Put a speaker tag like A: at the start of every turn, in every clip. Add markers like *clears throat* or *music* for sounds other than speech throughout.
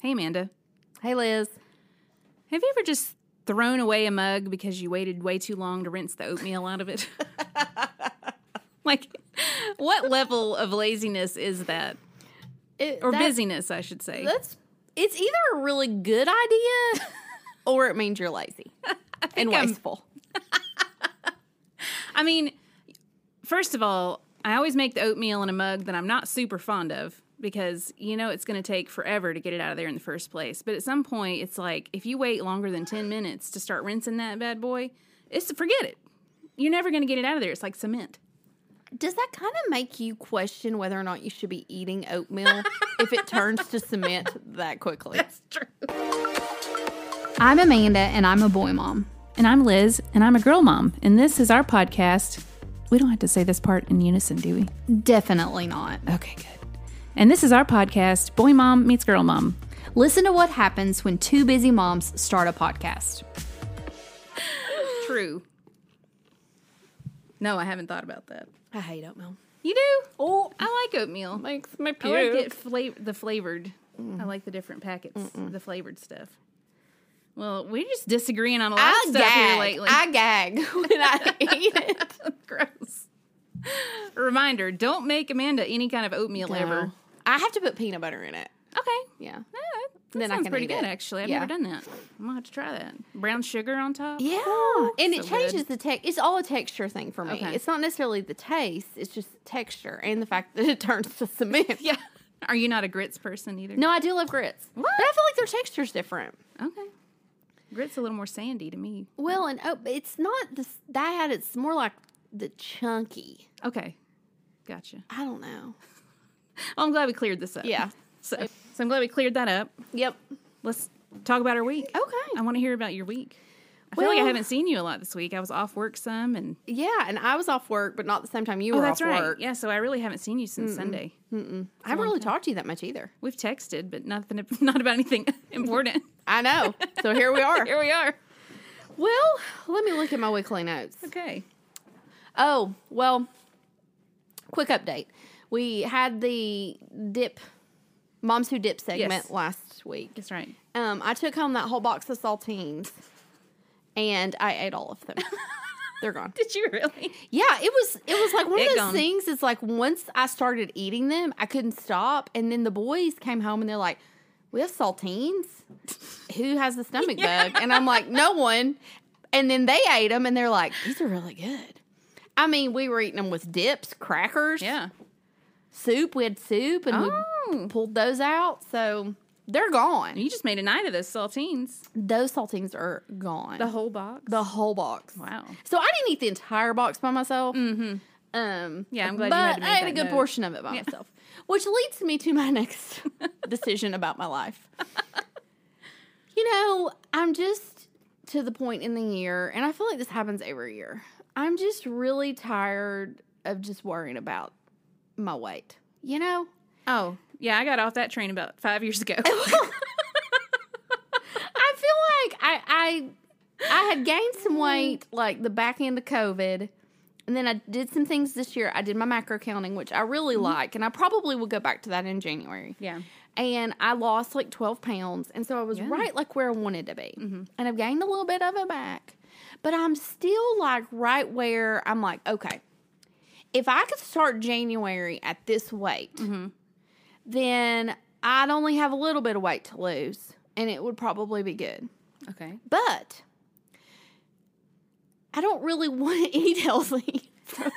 A: Hey, Amanda.
B: Hey, Liz.
A: Have you ever just thrown away a mug because you waited way too long to rinse the oatmeal out of it? *laughs* like, what level of laziness is that?
B: It-
A: Or
B: that-
A: busyness, I should say.
B: That's it's either a really good idea *laughs* or it means you're lazy and
A: I'm-
B: wasteful.
A: I mean, first of all, I always make the oatmeal in a mug that I'm not super fond of because you know it's going to take forever to get it out of there in the first place. But at some point, it's like if you wait longer than 10 minutes to start rinsing that bad boy, it's forget it. You're never going to get it out of there. It's like cement.
B: Does that kind of make you question whether or not you should be eating oatmeal if it turns to cement that quickly?
C: I'm Amanda, and I'm a boy mom.
A: And I'm Liz, and I'm a girl mom, and this is our podcast. We don't have to say this part in unison, do we?
C: Definitely not.
A: Okay, good. And this is our podcast, Boy Mom Meets Girl Mom.
C: Listen to what happens when two busy moms start a podcast.
A: True. No, I haven't thought about that.
B: I hate oatmeal.
A: You do?
B: Oh,
A: I like oatmeal.
B: makes my
A: I like it fla- the flavored. I like the different packets, the flavored stuff. Well, we're just disagreeing on a lot
B: I
A: of stuff here
B: gag.
A: lately.
B: I gag *laughs* when I eat it.
A: *laughs* Gross. Reminder: Don't make Amanda any kind of oatmeal ever.
B: I have to put peanut butter in it.
A: Okay.
B: Yeah.
A: Yeah, that
B: Then I
A: sounds
B: can
A: pretty
B: eat
A: good,
B: it.
A: actually. I've
B: Yeah.
A: never done that. I'm gonna have to try that. Brown sugar on top.
B: Yeah. and it
A: so good.
B: changes the tech. It's all a texture thing for me.
A: Okay.
B: It's not necessarily the taste, it's just texture and the fact that it *laughs* turns to cement.
A: *laughs* Yeah. Are you not a grits person either?
B: No, I do love grits. But I feel like their texture's different.
A: Okay. Grits a little more sandy to me.
B: Well, and oh, it's not this, that. It's more like the chunky.
A: Okay. Gotcha.
B: I don't know.
A: Well, I'm glad we cleared this up.
B: Yeah.
A: *laughs* So, so I'm glad we cleared that up.
B: Yep. Um,
A: Let's talk about our week.
B: Okay.
A: I want to hear about your week. I feel like I
B: Well-
A: haven't seen you a lot this week. I was off work some, and
B: Yeah, and I was off work, but not the same time you
A: oh,
B: were
A: that's
B: off
A: right.
B: work.
A: Yeah, so I really haven't seen you since Sunday.
B: I haven't really talked to you that much either.
A: We've texted, but nothing, *laughs* not about anything
B: *laughs*
A: important.
B: I know. so here *laughs* we are.
A: Here we are.
B: Well, let me look at my weekly notes.
A: Okay.
B: Oh, well, quick update. We had the dip, Moms Who Dip segment
A: Yes.
B: last week.
A: That's right.
B: Um, I took home that whole box of saltines and I ate all of them. They're gone.
A: Did you really?
B: Yeah, it was it was like one of
A: It
B: those
A: gone.
B: things. It's like once I started eating them, I couldn't stop, and then the boys came home and they're like, "We have saltines. Who has
A: *laughs*
B: the stomach bug?" And I'm like, "No one." And then they ate them, and they're like, "These are really good." I mean, we were eating them with dips, crackers,
A: Yeah.
B: soup. We had soup, and we
A: Oh.
B: pulled those out, so they're gone.
A: You just made a night of those saltines.
B: Those saltines are gone.
A: The whole box.
B: The whole box.
A: wow.
B: So I didn't eat the entire box by myself. Mm-hmm. Um,
A: Yeah, I'm glad you
B: but
A: had to make
B: I ate a
A: that
B: good
A: note.
B: portion of it by myself, which leads me to my *laughs* next decision about
A: *laughs*
B: my life. you know, I'm just to the point in the year, and I feel like this happens every year. I'm just really tired of just worrying about my weight. You know,
A: Oh, yeah. I got off that train about five years
B: *laughs*
A: ago.
B: I feel like I I I had gained some weight like the back end of COVID. And then I did some things this year. I did my macro counting, which I really like, and I probably will go back to that in January.
A: yeah.
B: And I lost like 12 pounds. And so I was right like where I wanted to be. And I've gained a little bit of it back. But I'm still like right where I'm like, okay, if I could start January at this weight, then I'd only have a little bit of weight to lose and it would probably be good.
A: Okay.
B: But I don't really *laughs* want to eat healthy
A: *laughs*
B: from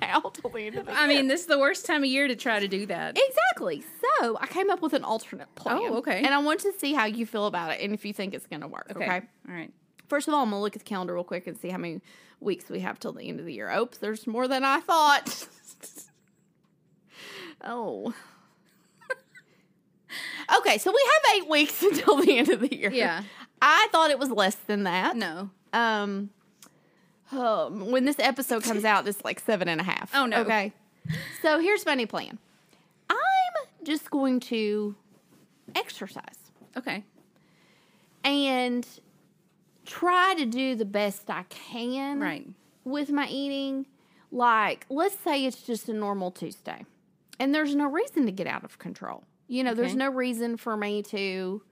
B: now till the end of the
A: I mean, this is the worst time of year to try to do that.
B: Exactly. So I came up with an alternate plan.
A: Oh, okay.
B: And I want to see how you feel about it and if you think it's going to work. Okay.
A: All right.
B: First of all, I'm going to look at the calendar real quick and see how many weeks we have till the end of the year. Oops, there's more than I thought. *laughs* oh. *laughs* okay, so we have eight weeks *laughs* until the end of the year.
A: Yeah.
B: I thought it was less than that.
A: No.
B: Um, oh, when this episode comes out, it's like seven and a half.
A: Oh, no.
B: Okay. So here's my new plan. I'm just going to exercise
A: Okay.
B: and try to do the best I can
A: Right.
B: with my eating. Like, let's say it's just a normal Tuesday, and there's no reason to get out of control. You know, there's
A: Okay.
B: no reason for me to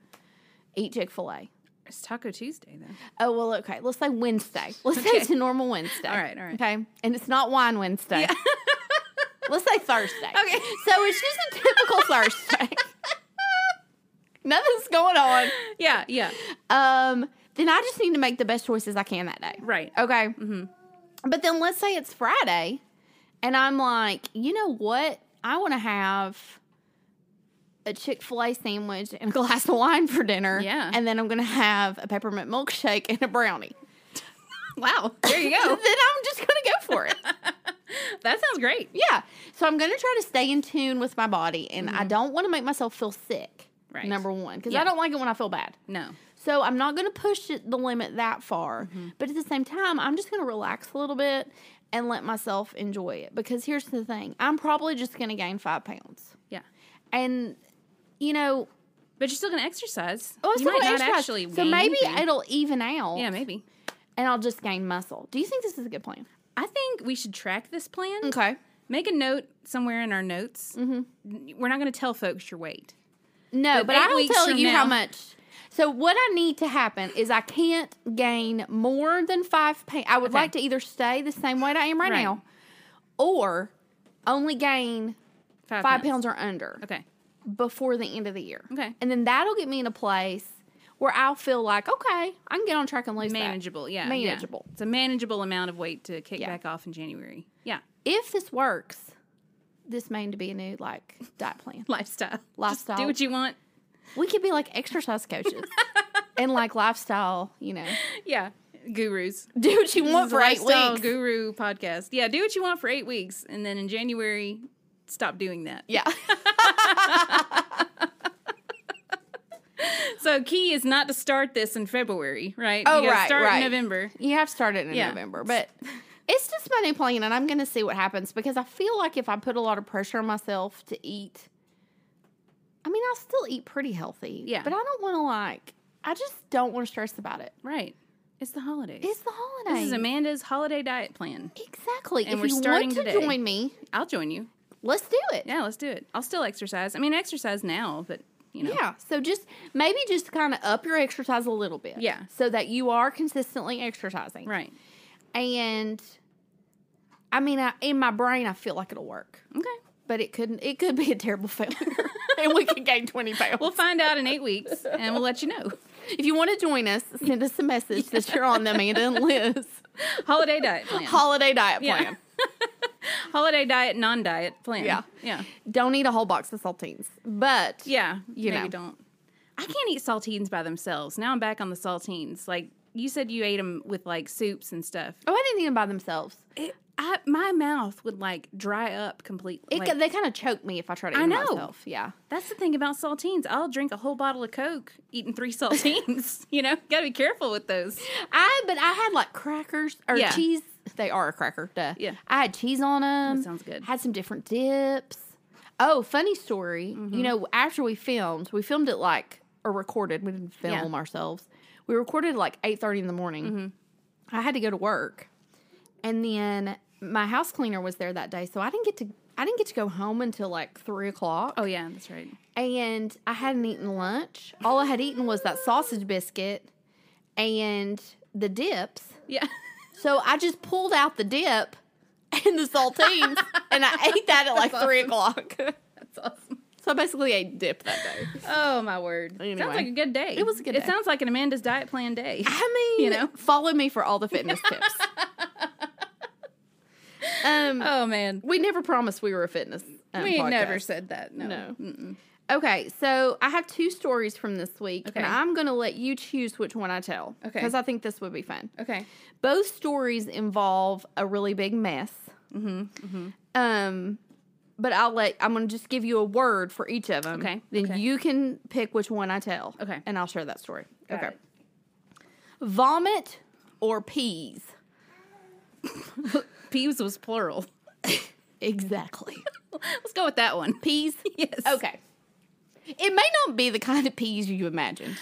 B: eat Chick fil A.
A: It's Taco Tuesday, though.
B: Oh, well, okay. Let's say Wednesday. *laughs* Let's say it's a normal Wednesday.
A: All right, all right.
B: Okay. And it's not wine Wednesday. *laughs* Let's say Thursday.
A: Okay.
B: So it's just
A: *laughs*
B: a typical Thursday. *laughs* Nothing's going on.
A: Yeah, yeah.
B: Um, then I just need to make the best choices I can that day.
A: Right.
B: Okay. Mm-hmm. But then let's say it's Friday, and I'm like, you know what? I want to have a Chick fil A sandwich and a glass of wine for dinner.
A: Yeah.
B: And then I'm going to have a peppermint milkshake and a brownie.
A: Wow. There you
B: *laughs* then
A: go.
B: I'm just going to go
A: *laughs*
B: for it.
A: that sounds great.
B: yeah. So I'm going to try to stay in tune with my body, and I don't want to make myself feel sick.
A: Mm-hmm. Right.
B: Number one, because I
A: Yeah.
B: don't like it when I feel bad.
A: No.
B: So I'm not going to push it, the limit that far.
A: Mm-hmm.
B: But at the same time, I'm just going to relax a little bit and let myself enjoy it. Because here's the thing I'm probably just going to gain five pounds.
A: Yeah.
B: And, you know,
A: But you're still going to exercise.
B: oh, it's
A: you might
B: not
A: not
B: exercise.
A: actually
B: So
A: gain
B: maybe
A: anything.
B: it'll even out.
A: Yeah, maybe.
B: And I'll just gain muscle. Do you think this is a good plan?
A: I think we should track this plan.
B: Okay.
A: Make a note somewhere in our notes. Mm-hmm. We're not going to tell folks your weight.
B: No,
A: But
B: but,
A: eight
B: I'll
A: weeks
B: tell
A: from
B: you how
A: now-
B: much. So what I need to happen is I can't gain more than five pounds. I would
A: Okay.
B: like to either stay the same weight I am right,
A: Right.
B: now, or only gain
A: Five,
B: five pounds or under
A: Okay.
B: before the end of the year.
A: Okay.
B: and then that'll get me in a place where I'll feel like okay, I can get on track and lose that.
A: Manageable. Yeah. yeah.
B: Manageable.
A: It's a manageable amount of weight to kick
B: Yeah.
A: back off in January. Yeah. *laughs*
B: If this works, this may need to be a new like diet plan.
A: Lifestyle. Just
B: Lifestyle.
A: do what you want.
B: We could be like exercise coaches and like lifestyle, you know.
A: Yeah. Gurus.
B: Do what you want
A: This is a
B: for eight
A: lifestyle
B: weeks.
A: Guru podcast. Yeah, do what you want for eight weeks, and then in January, stop doing that.
B: Yeah.
A: So key is not to start this in February, right?
B: Oh,
A: you gotta
B: right,
A: Start
B: right.
A: in November.
B: you have started in
A: Yeah.
B: November, but it's just my new plan, and I'm going to see what happens because I feel like if I put a lot of pressure on myself to eat, I mean, I'll still eat pretty healthy.
A: Yeah.
B: But I don't want to, like, I just don't want to stress about it.
A: Right. It's the holidays.
B: It's the holiday.
A: this is Amanda's holiday diet plan.
B: Exactly.
A: And
B: if
A: we're
B: you
A: starting
B: want to
A: today.
B: join me,
A: I'll join you.
B: let's do it.
A: Yeah, let's do it. I'll still exercise. I mean, I exercise now, but you know.
B: Yeah. So just maybe just kind of up your exercise a little bit.
A: Yeah.
B: So that you are consistently exercising.
A: Right.
B: And I mean, I, in my brain, I feel like it'll work,
A: Okay.
B: but it couldn't. It could be a terrible failure, *laughs* and we could gain twenty pounds.
A: We'll find out in eight weeks, and we'll let you know.
B: if you want to join us, send us a message that you're on the Amanda *laughs* and Liz
A: Holiday diet plan.
B: holiday diet
A: Yeah.
B: plan.
A: *laughs* holiday diet, non-diet plan.
B: Yeah.
A: Yeah.
B: Don't eat a whole box of saltines, but
A: Yeah,
B: You
A: no,
B: know.
A: you don't. I can't eat saltines by themselves. Now I'm back on the saltines. Like you said, you ate them with like soups and stuff.
B: oh, I didn't eat them by themselves.
A: It, I, my mouth would like dry up completely.
B: It
A: Like,
B: they kind of choke me if I try to eat
A: I
B: them
A: know.
B: myself. Yeah,
A: that's the thing about saltines. I'll drink a whole bottle of Coke eating three saltines. *laughs* you know, gotta be careful with those.
B: I but I had like crackers or
A: Yeah.
B: cheese. They are a cracker. Duh.
A: Yeah.
B: I had cheese on them.
A: sounds good.
B: Had some different dips. Oh, funny story. You
A: Mm-hmm.
B: know, after we filmed, we filmed it like or recorded. We didn't film
A: Yeah.
B: ourselves. We recorded at like eight thirty in the morning.
A: Mm-hmm.
B: I had to go to work, and then my house cleaner was there that day, so I didn't get to. I didn't get to go home until like three o'clock
A: Oh yeah, that's right.
B: and I hadn't eaten lunch. All I had eaten was that sausage biscuit and the dips. *laughs*
A: Yeah,
B: So I just pulled out the dip *laughs* and the saltines, *laughs* and I ate that at like three *laughs* o'clock.
A: that's awesome.
B: So I basically ate dip that day.
A: Oh my word!
B: Anyway.
A: Sounds like a good day.
B: It was a good
A: It
B: day.
A: sounds like an Amanda's diet plan day.
B: I mean,
A: You know?
B: follow me for all the *laughs* fitness tips. um,
A: oh man,
B: we never promised we were a fitness. Um,
A: we never
B: podcast.
A: said that. No.
B: No. Okay, so I have two stories from this week,
A: Okay.
B: and I'm going to let you choose which one I tell.
A: Okay.
B: Because I think this would be fun.
A: Okay.
B: Both stories involve a really big mess. Mm-hmm. Um, but I'll let I'm going to just give you a word for each of them.
A: Okay,
B: Then
A: okay.
B: you can pick which one I tell.
A: Okay.
B: And I'll share that story.
A: Got
B: okay.
A: it.
B: Vomit or peas?
A: Peeves was plural. *laughs*
B: Exactly.
A: Let's go with that one.
B: peas.
A: *laughs* Yes.
B: Okay. It may not be the kind of peas you imagined.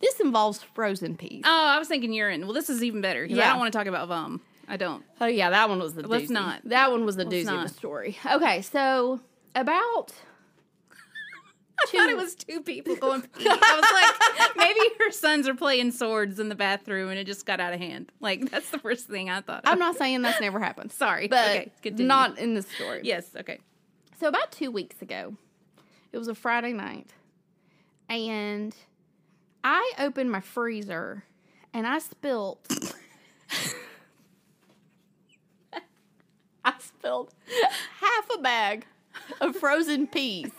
B: This involves frozen peas.
A: Oh, I was thinking urine. Well, this is even better 'cause I
B: Yeah.
A: don't want to talk about vom. I don't.
B: Oh yeah, that one was the.
A: Let's
B: doozy.
A: not.
B: That one was the doozy
A: not.
B: *laughs* of the story. Okay, so about
A: I thought it was two people going *laughs* pee. I *laughs* was like, maybe her sons are playing swords in the bathroom and it just got out of hand. Like that's the first thing I thought.
B: I'm not saying that's never happened.
A: Sorry.
B: But
A: Okay, continue.
B: not in this story.
A: Yes. Okay.
B: So about two weeks ago, it was a Friday night, and I opened my freezer and I spilt. *laughs* I spilled half a bag of frozen peas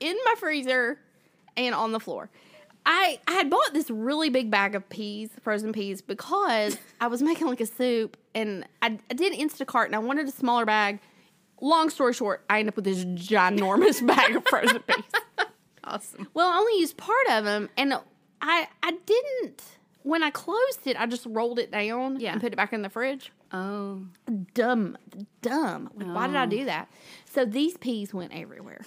B: in my freezer and on the floor. I, I had bought this really big bag of peas, frozen peas, because I was making like a soup and I, I did Instacart and I wanted a smaller bag. Long story short, I ended up with this ginormous *laughs* bag of frozen peas.
A: Awesome.
B: Well, I only used part of them, and I I didn't. When I closed it, I just rolled it down
A: Yeah.
B: and put it back in the fridge.
A: Oh.
B: Dumb, dumb. Like, Why did I do that? So these peas went everywhere.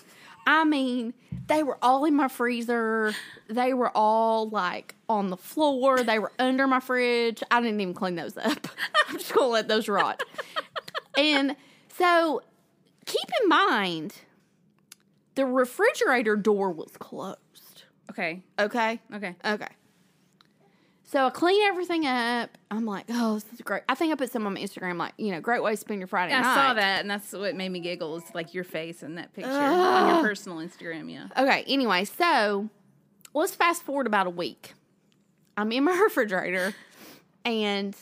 B: I mean, they were all in my freezer. They were all like on the floor. They were under my fridge. I didn't even clean those up. *laughs* I'm just gonna let those rot. and so keep in mind, the refrigerator door was closed.
A: Okay.
B: Okay.
A: Okay.
B: Okay. So I clean everything up. I'm like, oh, this is great. I think I put some on my Instagram, like, you know, great way to spend your Friday
A: I
B: night.
A: saw that, and that's what made me giggle. Is like your face in that picture on your personal Instagram. *laughs* Yeah.
B: Okay. Anyway, so let's fast forward about a week. I'm in my *laughs* refrigerator and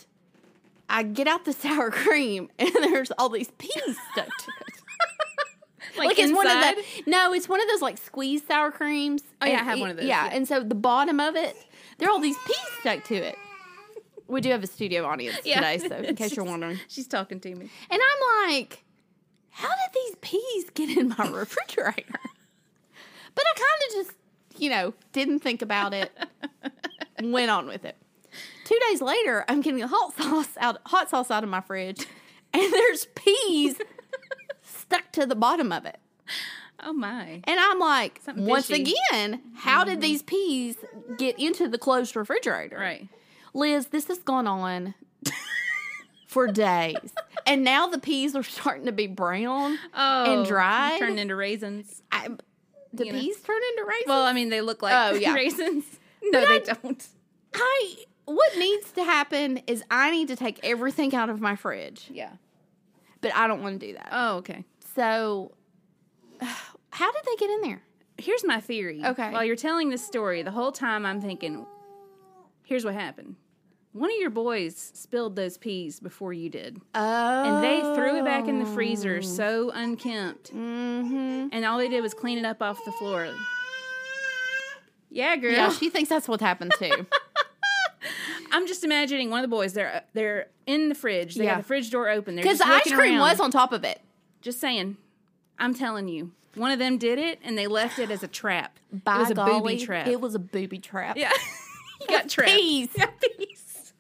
B: I get out the *laughs* sour cream and there's all these peas stuck to it.
A: *laughs* Like,
B: it's one of
A: inside?
B: the no, it's one of those like squeezed sour creams.
A: Oh, yeah,
B: And
A: I have
B: it-
A: one of those,
B: Yeah,
A: yeah.
B: and so the bottom of it, there are all these peas stuck to it. We do have a studio audience today,
A: *laughs*
B: so in case you're
A: She's-
B: wondering.
A: she's talking to me.
B: And I'm like, how did these peas get in my *laughs* refrigerator? But I kind of just, you know, didn't think
A: *laughs*
B: about it, went on with it. Two days later, I'm getting hot sauce out, hot sauce out of my fridge, and *laughs* there's peas stuck to the bottom of it.
A: Oh my.
B: And I'm like,
A: Something
B: once
A: fishy. Mm-hmm.
B: again, how did these peas get into the closed refrigerator?
A: Right.
B: Liz, this has gone on *laughs* for days. And now the peas are starting to be brown.
A: Oh.
B: dried?
A: Turned into raisins.
B: I, the
A: You know.
B: peas turn into raisins.
A: Well, I mean, they look like
B: Oh, *laughs* yeah.
A: raisins. No,
B: But
A: they
B: I-
A: don't.
B: I what needs to happen is I need to take everything out of my fridge,
A: Yeah.
B: but I don't want to do that.
A: Oh, okay.
B: so *sighs* how did they get in there?
A: Here's my theory.
B: Okay.
A: While you're telling this story, the whole time I'm thinking, here's what happened. One of your boys spilled those peas before you did,
B: Oh,
A: and they threw it back in the freezer so unkempt,
B: Mm-hmm.
A: and all they did was clean it up off the floor. Yeah, girl.
B: Yeah, she thinks that's what happened *laughs* too.
A: I'm just imagining one of the boys. They're they're in the fridge. They
B: Yeah.
A: got the fridge door open. They're
B: Because
A: just
B: the ice
A: looking
B: cream
A: around.
B: was on top of it.
A: Just saying. I'm telling you. One of them did it, and they left it as a trap.
B: By
A: it was a
B: golly,
A: booby trap. *laughs*
B: It was a booby trap.
A: yeah. you
B: *laughs*
A: got trapped.
B: Peas.
A: Peace.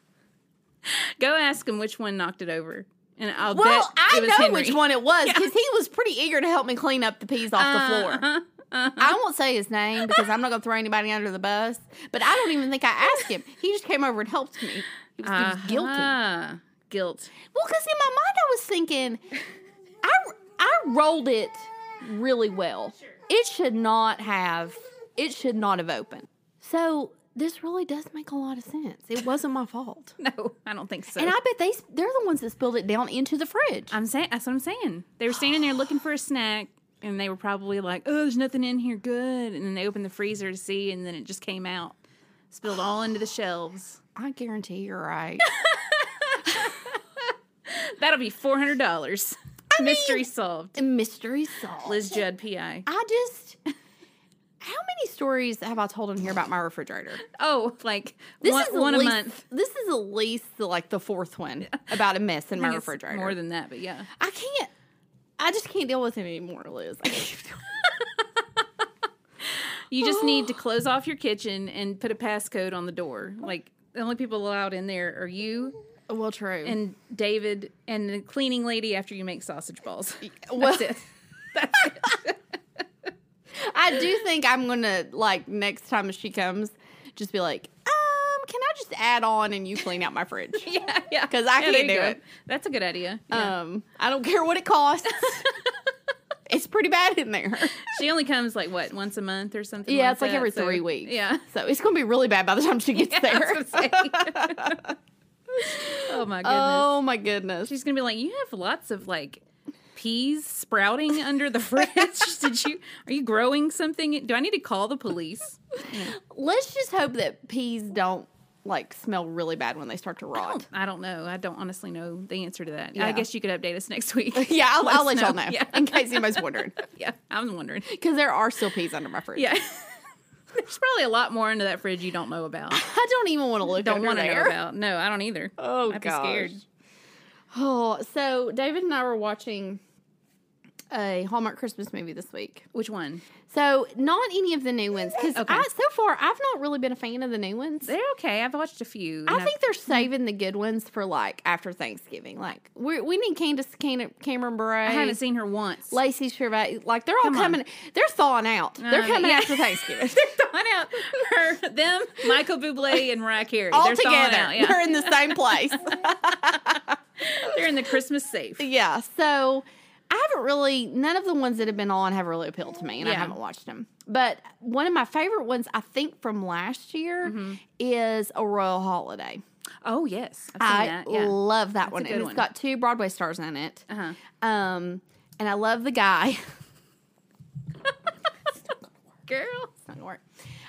A: Go ask him which one knocked it over, and I'll
B: Well,
A: bet
B: I
A: it was
B: know
A: Henry.
B: which one it was because he was pretty eager to help me clean up the peas off the
A: Uh-huh.
B: floor. I won't say his name because I'm not going to throw anybody under the bus. But I don't even think I asked him. He just came over and helped me. He was, he was guilty.
A: *laughs*
B: Well,
A: Ah,
B: *laughs*
A: guilt.
B: because in my mind I was thinking, I I rolled it really well. It should not have. It should not have opened. So this really does make a lot of sense. It wasn't
A: *laughs*
B: my fault.
A: No, I don't think so.
B: And I bet they they're the ones that spilled it down into the fridge.
A: I'm saying that's what I'm saying. They were standing there looking for a snack, and they were probably like, "Oh, there's nothing in here good." And then they opened the freezer to see, and then it just came out, spilled all into the
B: *gasps*
A: shelves.
B: I guarantee you're right.
A: That'll be four hundred dollars. Mystery solved.
B: mystery solved.
A: Liz Judd, PI.
B: I just how many stories have I told on here about
A: *laughs*
B: my refrigerator?
A: Oh, like
B: This
A: one,
B: is at
A: one a
B: least,
A: month.
B: This is at least the, like the fourth one about a mess in
A: I
B: my
A: think it's
B: refrigerator.
A: More than that, but yeah.
B: I can't. I just can't deal with it anymore, Liz. I can't
A: *laughs*
B: deal-
A: You just need to close off your kitchen and put a passcode on the door. Like the only people allowed in there are you
B: well, true. And
A: and David and the cleaning lady after you make sausage
B: *laughs*
A: balls.
B: well,
A: That's it. That's it.
B: *laughs* I do think I'm gonna like next time she comes, just be like, um, can I just add on and you clean out my fridge?
A: *laughs* Yeah, yeah.
B: 'Cause I
A: Yeah,
B: can't
A: there you
B: do Uh,
A: go.
B: it.
A: That's a good idea. Yeah.
B: *laughs* Um, I don't care what it costs. it's pretty bad in there.
A: She only comes like what once a month or something.
B: Yeah,
A: like
B: it's like
A: that,
B: every
A: so-
B: three weeks.
A: Yeah.
B: So it's gonna be really bad by the time
A: *laughs*
B: she gets
A: I
B: *laughs* there.
A: was gonna
B: *laughs*
A: say. oh my goodness.
B: Oh my goodness.
A: She's gonna be like, you have lots of like peas sprouting under the *laughs* fridge. Did you? Are you growing something? Do I need to call the police?
B: Let's just hope that peas don't like smell really bad when they start to rot.
A: I don't know. I don't honestly know the answer to that.
B: Yeah.
A: I guess you could update us next week.
B: *laughs* Yeah, I'll, I'll
A: us
B: let y'all
A: know.
B: know
A: Yeah.
B: in case anybody's
A: *laughs*
B: wondering.
A: yeah, I was wondering.
B: Because there are still peas under my fridge.
A: Yeah. *laughs* There's probably a lot more into that fridge you don't know
B: *laughs*
A: about.
B: I don't even want to look.
A: Don't
B: under
A: want to know
B: there.
A: about. No, I don't either.
B: Oh
A: I'd be
B: gosh.
A: scared.
B: Oh, so David and I were watching a Hallmark Christmas movie this week.
A: Which one?
B: So not any of the new ones because
A: Okay.
B: so far I've not really been a fan of the new ones.
A: They're okay. I've watched a few. and
B: I
A: I've-
B: think they're saving the good ones for like after Thanksgiving. Like we we need Candace Can- Cameron Bure,
A: I haven't seen her once. *laughs*
B: Lacey Chabot. Like they're all
A: on.
B: coming. They're thawing out. they're
A: Um,
B: coming
A: yeah.
B: out for
A: *laughs*
B: Thanksgiving.
A: thawing out her, them, Michael Bublé, and Mariah Carey.
B: all
A: They're thawing
B: together.
A: out, yeah.
B: *laughs* They're in the
A: *laughs*
B: same place.
A: They're in the Christmas safe.
B: yeah. So I haven't really none of the ones that have been on have really appealed to me, and I
A: Yeah.
B: haven't watched them. But one of my favorite ones, I think from last year,
A: Mm-hmm.
B: is A Royal Holiday.
A: Oh yes, I've seen
B: I
A: that. Yeah.
B: love that one.
A: a
B: And
A: good
B: it's
A: one.
B: got two Broadway stars in it.
A: uh-huh.
B: Um, and I love the guy. *laughs*
A: Girl,
B: It's not gonna work.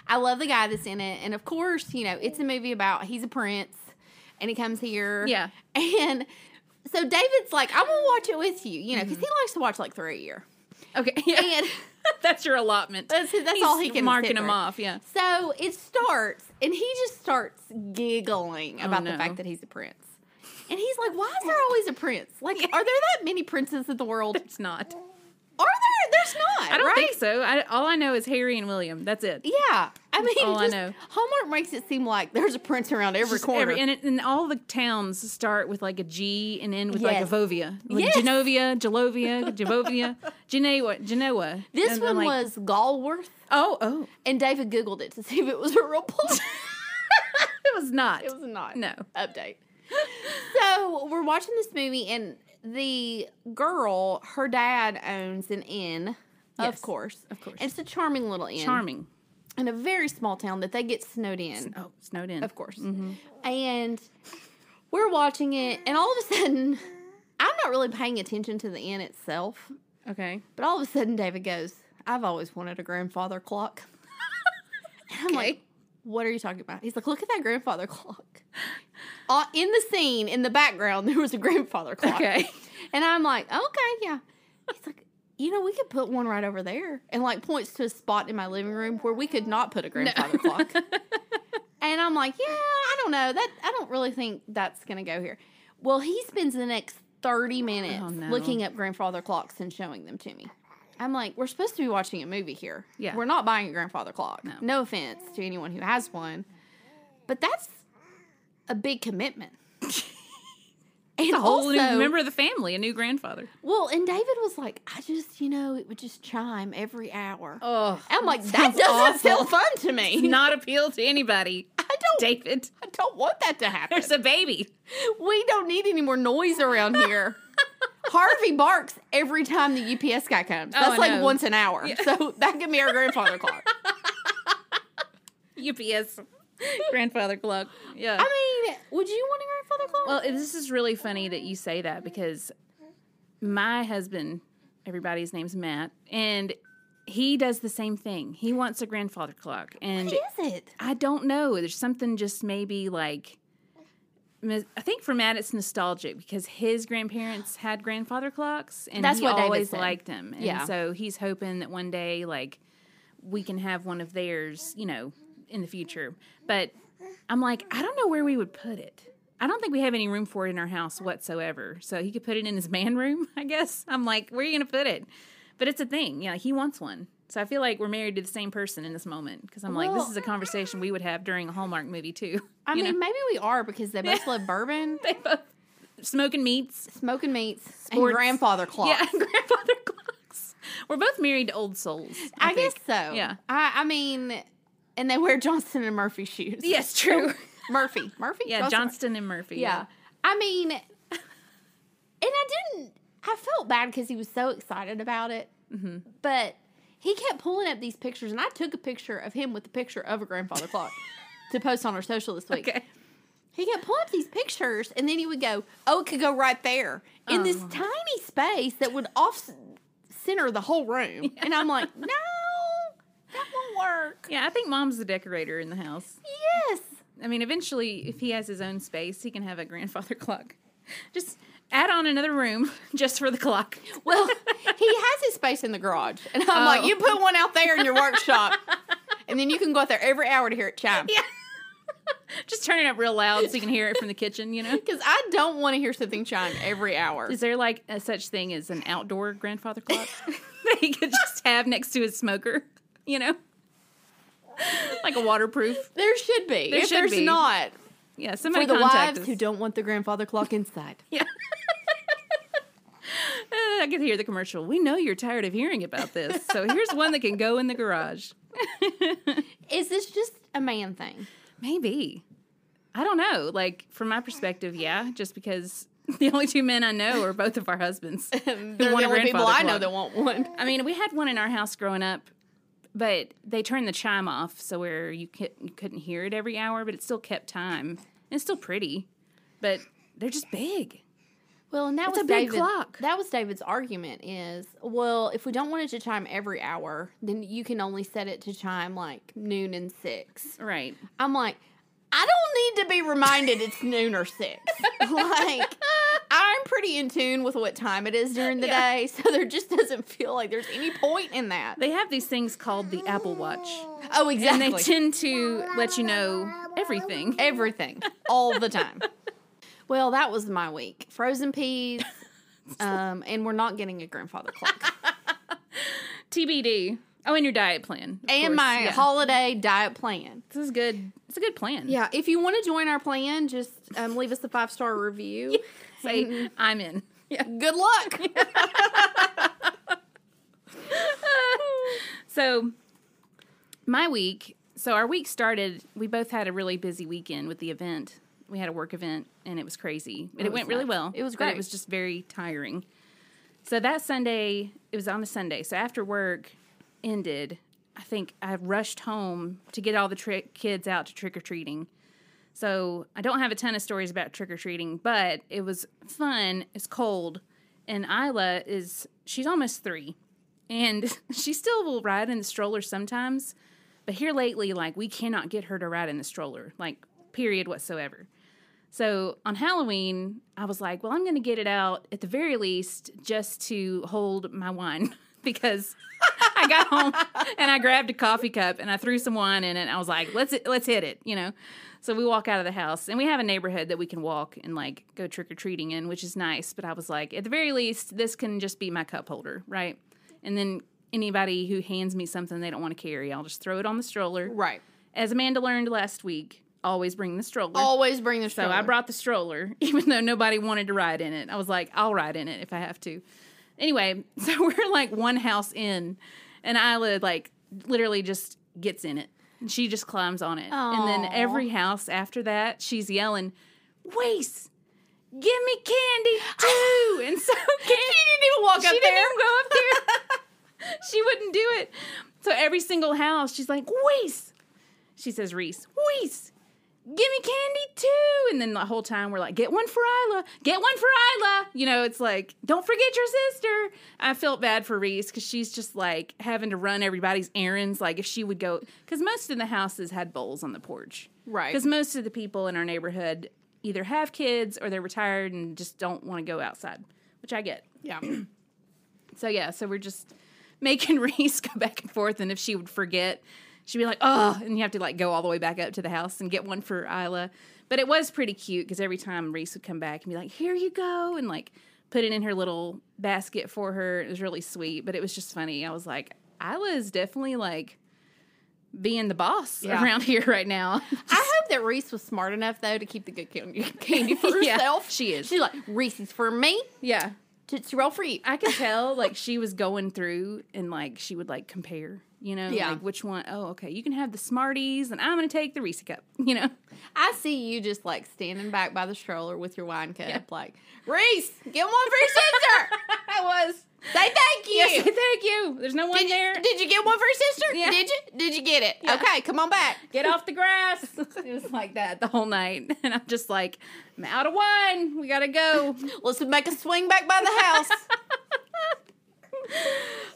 B: I love the guy that's in it, and of course, you know, it's a movie about he's a prince, and he comes here.
A: Yeah.
B: and so David's like, I'm gonna watch it with you, you know, because he likes to watch like three a year.
A: okay, *laughs* yeah.
B: And
A: that's your allotment.
B: That's- that's
A: He's
B: all he can
A: marking
B: sit
A: them
B: through.
A: off. Yeah,
B: so it starts, and he just starts giggling about the
A: Oh, no.
B: fact that he's a prince. And he's like, Why is there always a prince?
A: *laughs*
B: Like, are there that many princes in the world? Are
A: it's not.
B: there? There's not.
A: I don't
B: right?
A: think so. I, all I know is Harry and William. That's it.
B: Yeah, I mean,
A: all I
B: just-
A: know.
B: Hallmark makes it seem like there's a prince around every
A: Just
B: corner.
A: and, it, and all the towns start with like a G and end with
B: Yes.
A: like a Vovia, like
B: Yes.
A: Genovia,
B: *laughs*
A: Gelovia, Javovia, Genoa, Genoa.
B: this
A: And then,
B: one
A: like-
B: was Galworth,
A: oh oh,
B: and David googled it to see if it was a
A: *laughs*
B: real *laughs* place.
A: it was not.
B: it was not.
A: No.
B: update. so we're watching this movie, and the girl, her dad owns an inn. Of
A: Yes,
B: course,
A: of course.
B: It's a charming little inn,
A: charming.
B: in a very small town that they get snowed in.
A: Oh, snowed in.
B: of course.
A: Mm-hmm.
B: And we're watching it, and all of a sudden, I'm not really paying attention to the inn itself,
A: Okay.
B: but all of a sudden, David goes, I've always wanted a grandfather clock. *laughs* and I'm like, what are you talking about? He's like, look at that grandfather clock. *laughs* Uh, in the scene, in the background, there was a grandfather clock.
A: Okay.
B: And I'm like, okay, *laughs* yeah. He's like, you know, we could put one right over there. And like points to a spot in my living room where we could not put a
A: *laughs*
B: grandfather clock. And I'm like, yeah, I don't know. That I don't really think that's gonna go here. Well, he spends the next 30 minutes
A: Oh, no.
B: looking up grandfather clocks and showing them to me. I'm like, we're supposed to be watching a movie here.
A: Yeah.
B: We're not buying a grandfather clock.
A: No.
B: no offense to anyone who has one. But that's a
A: *laughs*
B: big commitment. and
A: a whole
B: also,
A: new member of the family, a new
B: *laughs*
A: grandfather.
B: well, and David was like, I just, you know, it would just chime every hour.
A: Oh,
B: I'm like, that doesn't sound fun to me.
A: not appeal to anybody.
B: *laughs* I don't,
A: David,
B: I don't want that to happen.
A: there's a baby.
B: we don't need any more noise around here. *laughs* Harvey barks every time the UPS guy comes.
A: Oh,
B: That's
A: I
B: like
A: know.
B: once an hour. So that could be our grandfather *laughs* clock.
A: UPS grandfather clock. Yeah.
B: I mean, would you want a grandfather clock?
A: well, this is really funny that you say that because my husband, everybody's name's Matt, and he does the same thing. He wants a grandfather clock, and
B: what is it?
A: I don't know. There's something just maybe like. mis- I think for Matt, it's nostalgic because his grandparents
B: *gasps*
A: had grandfather clocks, and
B: That's
A: he
B: what David
A: always
B: said.
A: liked them. And
B: Yeah.
A: so he's hoping that one day, like, we can have one of theirs, you know, in the future. But I'm like, I don't know where we would put it. I don't think we have any room for it in our house whatsoever. So he could put it in his man room, *laughs* I guess. I'm like, where are you going to put it? But it's a thing. Yeah, he wants one. So I feel like we're married to the same person in this moment because I'm like,
B: Well-
A: this is a conversation we would have during a Hallmark movie too.
B: I
A: You
B: mean,
A: know,
B: maybe we are because they *laughs* both love bourbon,
A: *laughs* they both smoking meats.
B: smoking meats, and
A: Sports.
B: grandfather clocks.
A: Yeah, *laughs* grandfather clocks. We're both married to old souls.
B: *laughs* I, guess
A: think.
B: so.
A: Yeah.
B: I, I mean, and they wear Johnston and Murphy shoes.
A: Yes, true.
B: Murphy. Murphy?
A: Yeah, Johnston and Murphy.
B: Yeah. I mean, and I didn't, I felt bad because he was so excited about it.
A: Mm-hmm.
B: But he kept pulling up these pictures, and I took a picture of him with a picture of a
A: *laughs*
B: grandfather clock to post on our social this week.
A: Okay.
B: He kept pulling up these pictures, and then he would go, "Oh, it could go right there in this
A: Oh.
B: tiny space that would off center the
A: *laughs*
B: whole room." And I'm like, "No, that won't work."
A: Yeah, I think mom's the decorator in the house.
B: Yes,
A: I mean, eventually, if he has his own space, he can have a grandfather *laughs* clock. Just add on another room *laughs* just for the clock.
B: Well, *laughs* he has his space in the garage, and I'm like, you put one out there in your workshop, and then you can go out there every hour to hear it chime.
A: Yeah. just turn it up real loud so you can hear it from the kitchen, you know?
B: Because I don't want to hear something chime every hour.
A: Is there like a such thing as an outdoor grandfather clock *laughs* that he could just have next to his smoker, you know? like a waterproof.
B: There should be.
A: There
B: if
A: should
B: there's
A: be.
B: not,
A: Yeah,
B: for
A: somebody
B: the
A: contact
B: wives
A: us.
B: who don't want the grandfather clock inside.
A: Yeah. Uh, I could hear the commercial. We know you're tired of hearing about this, so here's one that can go in the garage.
B: Is this just a man thing?
A: Maybe. I don't know. Like, from my perspective, yeah, just because *laughs* the only two men I know are both of our
B: *laughs*
A: husbands. who
B: They're
A: want
B: the
A: a
B: only people
A: grandfather
B: I know
A: clock.
B: that want one.
A: I mean, we had one in our house growing up, but they turned the chime off so where you, cou- you couldn't hear it every hour, but it still kept time. And it's still pretty, but they're just big.
B: *laughs* Well, and that
A: It's
B: was
A: a big
B: David-
A: clock.
B: That was David's argument is, well, if we don't want it to chime every hour, then you can only set it to chime like noon and six.
A: Right.
B: I'm like, I don't need to be reminded it's noon or six. *laughs* like, I'm pretty in tune with what time it is during the
A: Yeah.
B: day, so there just doesn't feel like there's any point in that.
A: They have these things called the Apple Watch.
B: Oh, exactly.
A: And they tend to let you know everything.
B: everything all the time. Well, that was my week.
A: *laughs*
B: Frozen peas, um, and we're not getting a grandfather clock.
A: TBD. Oh, and your diet plan. of
B: and
A: course.
B: my
A: Yeah.
B: holiday diet plan.
A: This is good. It's a good plan.
B: Yeah, if you want to join our plan, just um, leave us a five star review. Mm-hmm.
A: Say, I'm in. *laughs* Yeah.
B: Good luck.
A: *laughs* So, my week, so our week started, we both had a really busy weekend with the event. We had a work event and it was crazy. And it,
B: was
A: went really
B: nuts.
A: well.
B: Oh, It was
A: But
B: great.
A: it was just very tiring. So that Sunday, it was on a Sunday. So after work ended, I think I rushed home to get all the tri- kids out to trick or treating. So I don't have a ton of stories about trick or treating, but it was fun. It's cold, and Isla is she's almost three, and *laughs* she still will ride in the stroller sometimes. But here lately, like we cannot get her to ride in the stroller, like period whatsoever. So on Halloween, I was like, well, I'm going to get it out at the very least just to hold my wine *laughs* because I got home and I grabbed a coffee cup and I threw some wine in it. And I was like, let's let's hit it, you know. So we walk out of the house and we have a neighborhood that we can walk and like go trick or treating in, which is nice. But I was like, at the very least, this can just be my cup holder, right? And then anybody who hands me something they don't want to carry, I'll just throw it on the stroller.
B: right.
A: As Amanda learned last week, always bring the stroller.
B: Always bring the
A: So
B: stroller.
A: I brought the stroller, *laughs* even though nobody wanted to ride in it. I was like, I'll ride in it if I have to. Anyway, *laughs* so we're like one house in, and Isla like literally just gets in it. And she just climbs on it. And then
B: Aw.
A: every house after that, she's yelling, Waste! Give me candy
B: *laughs*
A: too! and so candy
B: didn't even walk
A: she didn't even go up
B: *laughs*
A: there. *laughs* she wouldn't do it. So every single house, she's like, Weiss. She says, Reese, Weiss, give me candy too. And then the whole time we're like, get one for Isla, get one for Isla. You know, it's like, don't forget your sister. I felt bad for Reese because she's just like having to run everybody's errands. Like if she would go, because most of the houses had bowls on the porch.
B: Right.
A: Because most of the people in our neighborhood either have kids or they're retired and just don't want to go outside, which I get.
B: Yeah.
A: *clears throat* So yeah, so we're just making *laughs* Reese go back and forth, and if she would forget, she'd be like, "Oh," and you have to like go all the way back up to the house and get one for Isla. But it was pretty cute because every time Reese would come back and be like, "Here you go," and like put it in her little basket for her. It was really sweet, but it was just funny. I was like, Isla is definitely like being the boss
B: Yeah.
A: around *laughs* here right now.
B: I hope that Reese was smart enough though to keep the good candy, *laughs* candy for
A: *laughs* Yeah,
B: herself.
A: she is.
B: She's like Reese's for me.
A: yeah.
B: Tootsie roll for you.
A: I could tell like she was going through and like she would like compare, you know,
B: Yeah.
A: like which one, oh, okay, you can have the Smarties and I'm going to take the Reese cup, *laughs* you know.
B: I see you
A: *laughs*
B: just like standing back by the stroller with your wine cup, like Reese, get one for your sister. that was. Say thank you.
A: Yes, *laughs* thank you. There's no one
B: did,
A: there.
B: you, *laughs* did you get one for your sister?
A: Yeah.
B: Did you? Did you get it? Okay, come on back.
A: Get off the grass. *laughs* it was like that the whole night. *laughs* And I'm just like, I'm out of one. We got to go.
B: Let's make a swing back by
A: *laughs*
B: the house.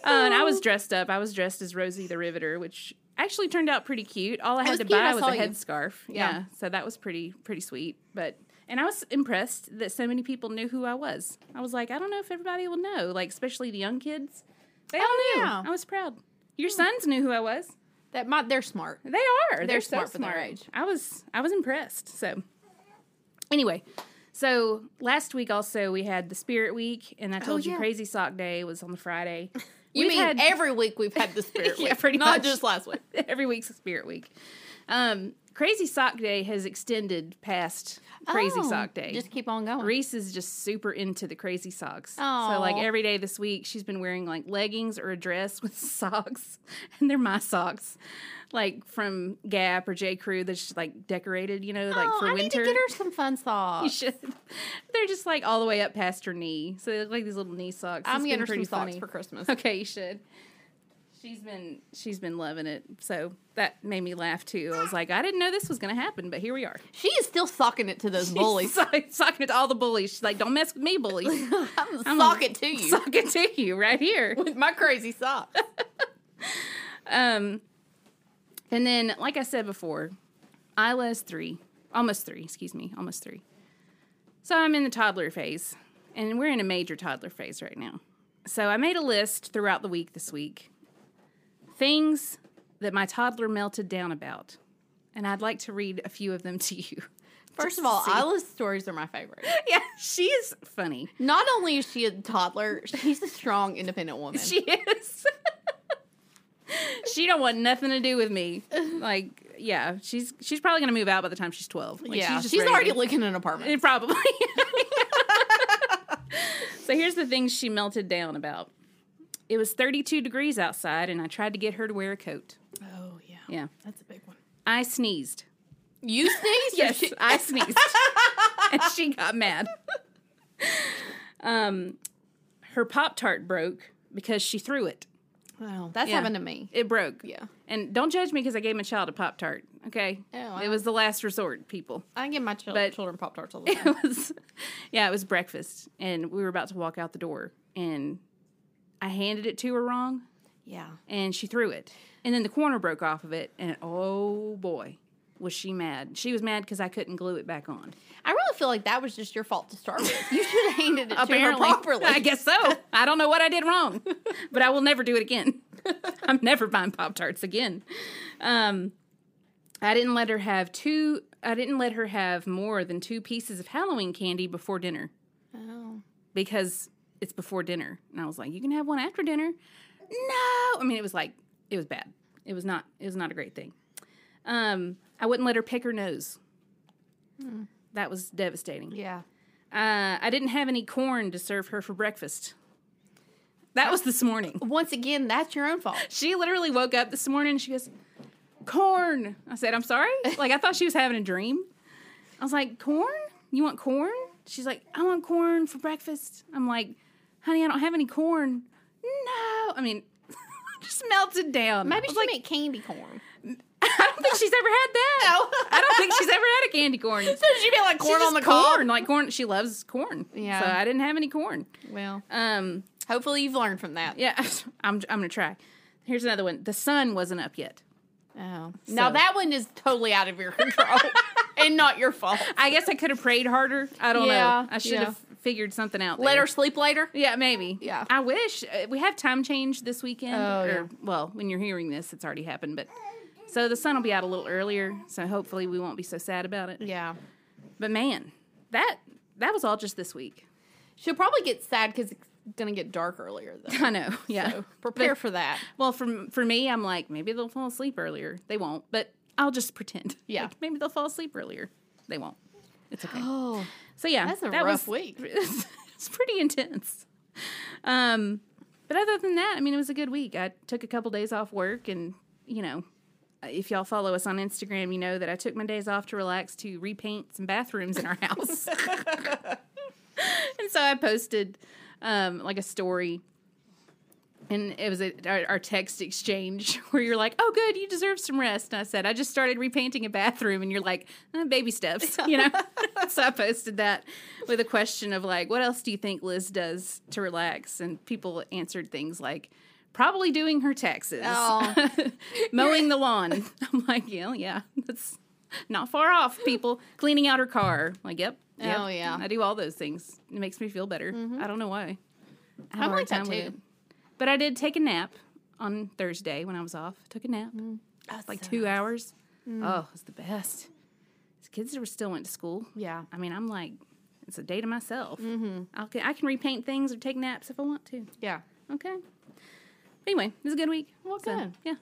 A: Uh, and I was dressed up. I was dressed as Rosie the Riveter, which actually turned out pretty cute. All I had
B: was
A: to
B: cute. I
A: buy was
B: saw
A: a
B: you.
A: headscarf.
B: Yeah.
A: Yeah. So that was pretty pretty sweet. But and I was impressed that so many people knew who I was. I was like, I don't know if everybody will know, like especially the young kids. They all knew.
B: Oh, yeah.
A: I was proud. Your sons knew who I was.
B: that might. They're smart.
A: They are. They're, so
B: smart
A: smart
B: for their age.
A: I was I was impressed. So anyway, so last week also we had the Spirit Week, and I told you
B: Oh, yeah.
A: Crazy Sock Day was on the Friday.
B: *laughs* You
A: We've
B: mean
A: had-
B: every week we've had the spirit
A: *laughs* Yeah,
B: week,
A: pretty
B: not
A: much.
B: just last week.
A: *laughs* every week's a Spirit Week. Um, Crazy Sock Day has extended past Crazy
B: Oh,
A: Sock Day.
B: Just keep on going.
A: Reese is just super into the crazy socks.
B: Aw.
A: So like every day this week, she's been wearing like leggings or a dress with *laughs* socks, and they're my socks, like from Gap or J Crew. That's just, like decorated, you know, like
B: oh,
A: for
B: I
A: winter. *laughs*
B: need to get her some fun
A: You
B: socks.
A: should. They're just like all the way up past her knee, so they look like these little knee socks.
B: I'm
A: It's
B: getting
A: been
B: her some
A: pretty
B: socks
A: funny.
B: for Christmas.
A: *laughs* Okay, you should. She's been she's been loving it, so that made me laugh too. I was like, I didn't know this was going to happen, but here we are.
B: She is still socking it to those
A: *laughs*
B: bullies.
A: so, talking to all the bullies. She's like, "Don't mess with me, bullies.
B: *laughs* I'm sock it to you
A: Talking to you right here."
B: with my crazy socks.
A: Um, and then, like I said before, Isla's three, almost three. Excuse me, almost three. So I'm in the toddler phase, and we're in a major toddler phase right now. So I made a list throughout the week this week, things that my toddler melted down about, and I'd like to read a few of them to you.
B: First *laughs* of all, Isla's stories are my favorite.
A: yeah, she is funny.
B: Not only is she a toddler, she's a strong, independent
A: *laughs*
B: woman.
A: She is. she don't want nothing to do with me. Like, yeah, she's she's probably gonna move out by the time she's twelve. Like,
B: yeah, she's,
A: just ready *laughs*
B: already
A: to-
B: looking at an apartment.
A: Eh, probably. *laughs* so here's the things she melted down about. It was 32 degrees outside, and I tried to get her to wear a coat.
B: Oh yeah,
A: Yeah,
B: that's a big one.
A: I sneezed.
B: *laughs* You sneeze?
A: Yes, I sneezed, *laughs* and she got mad. Um, her pop tart broke because she threw it.
B: Wow, that's
A: Yeah.
B: happened to me.
A: It broke.
B: Yeah.
A: And don't judge me because I gave my child a Pop Tart. Okay.
B: Oh,
A: It was the last resort, people. *laughs*
B: I give my chil-
A: But-
B: children pop tarts all *laughs* the time.
A: It was, yeah, it was breakfast, and we were about to walk out the door, and I handed it to her wrong,
B: yeah,
A: and she threw it, and then the corner broke off of it, and oh boy, was she mad? She was mad because I couldn't glue it back on.
B: I really feel like that was just your fault to start with. *laughs* You should have handed it to her
A: Apparently,
B: properly.
A: I guess
B: *laughs*
A: so. I don't know what I did wrong, *laughs* but I will never do it again. *laughs* I'm never buying Pop Tarts again. Um, I didn't let her have two. I didn't let her have more than two pieces of Halloween candy before dinner
B: Oh.
A: because it's before dinner, and I was like, "You can have one after dinner." No, I mean it was like it was bad. It was not. It was not a great thing. Um, I wouldn't let her pick her nose.
B: Hmm.
A: That was devastating.
B: Yeah.
A: Uh, I didn't have any corn to serve her for breakfast. That was this morning.
B: Once again, that's your own fault.
A: She literally woke up this morning and she goes, Corn. I said, I'm
B: *laughs*
A: sorry. Like, I thought she was having a dream. I was like, Corn? You want corn? She's like, I want corn for breakfast. I'm like, Honey, I don't have any corn. No. I mean, *laughs* just melted down.
B: Maybe
A: I was
B: she
A: like,
B: meant candy corn.
A: *laughs*
B: *laughs*
A: I don't think she's ever had that.
B: No.
A: I don't think she's ever had a candy corn.
B: So *laughs* she meant like corn
A: She
B: on the
A: just
B: corn.
A: corn. Like, corn. She loves corn.
B: Yeah.
A: So I didn't have any corn.
B: Well,
A: Um,
B: hopefully you've learned from that.
A: Yeah, *laughs* I'm, I'm gonna try. Here's another one. The sun wasn't up yet.
B: Oh. Now
A: So-
B: that one is totally out of your *laughs* control and not your fault.
A: I guess I could have prayed harder. I don't
B: Yeah,
A: know. I should
B: yeah.
A: have figured something out.
B: Let
A: there.
B: her sleep later.
A: Yeah, maybe.
B: Yeah.
A: I wish uh, we have time change this weekend.
B: Oh,
A: or, Well, when you're hearing this, it's already happened. But so the sun will be out a little earlier. So hopefully we won't be so sad about it.
B: Yeah.
A: But man, that that was all just this week. *laughs*
B: She'll probably get sad because it's going to get dark earlier, *laughs* though.
A: I know. Yeah.
B: So prepare for that.
A: Well, for for me, I'm like maybe they'll fall asleep earlier. They won't, but I'll just pretend. *laughs*
B: Yeah.
A: Like, maybe they'll fall asleep earlier. They won't. It's okay.
B: Oh.
A: So yeah,
B: That's a
A: that
B: rough
A: was-
B: week.
A: *laughs* It's, pretty intense. Um, but other than that, I mean, it was a good week. I took a couple days off work, and you know, if y'all follow us on Instagram, you know that I took my days off to relax to *laughs*
B: *laughs*
A: repaint some bathrooms in our house. and so I posted um, like a story. And it was a, our, our text exchange *laughs* where you're like, "Oh, good, you deserve some rest." And I said, "I just started repainting a bathroom," and you're like, "Eh, "Baby steps," you know. *laughs* so I posted that with a question of like, "What else do you think Liz does to relax?" And people answered things like, "Probably doing her taxes, *laughs*
B: Oh.
A: mowing the lawn." *laughs* I'm like, "Yeah, yeah, that's not far off." People cleaning out her car. like, "Yep, yep,
B: Oh, yeah.
A: I do all those things. It makes me feel better. I don't know why. I have
B: I'm
A: a hard
B: like that
A: time with
B: too.
A: it. But I did take a nap on Thursday when I was off. Took a nap,
B: Mm.
A: like two hours. Oh, it was the best. The kids were still went to school.
B: Yeah.
A: I mean, I'm like, it's a day to myself. Mm-hmm. I'll, I can repaint things or take naps if I want to.
B: Yeah.
A: Okay. Anyway, it was a good week.
B: Well,
A: So,
B: good.
A: yeah.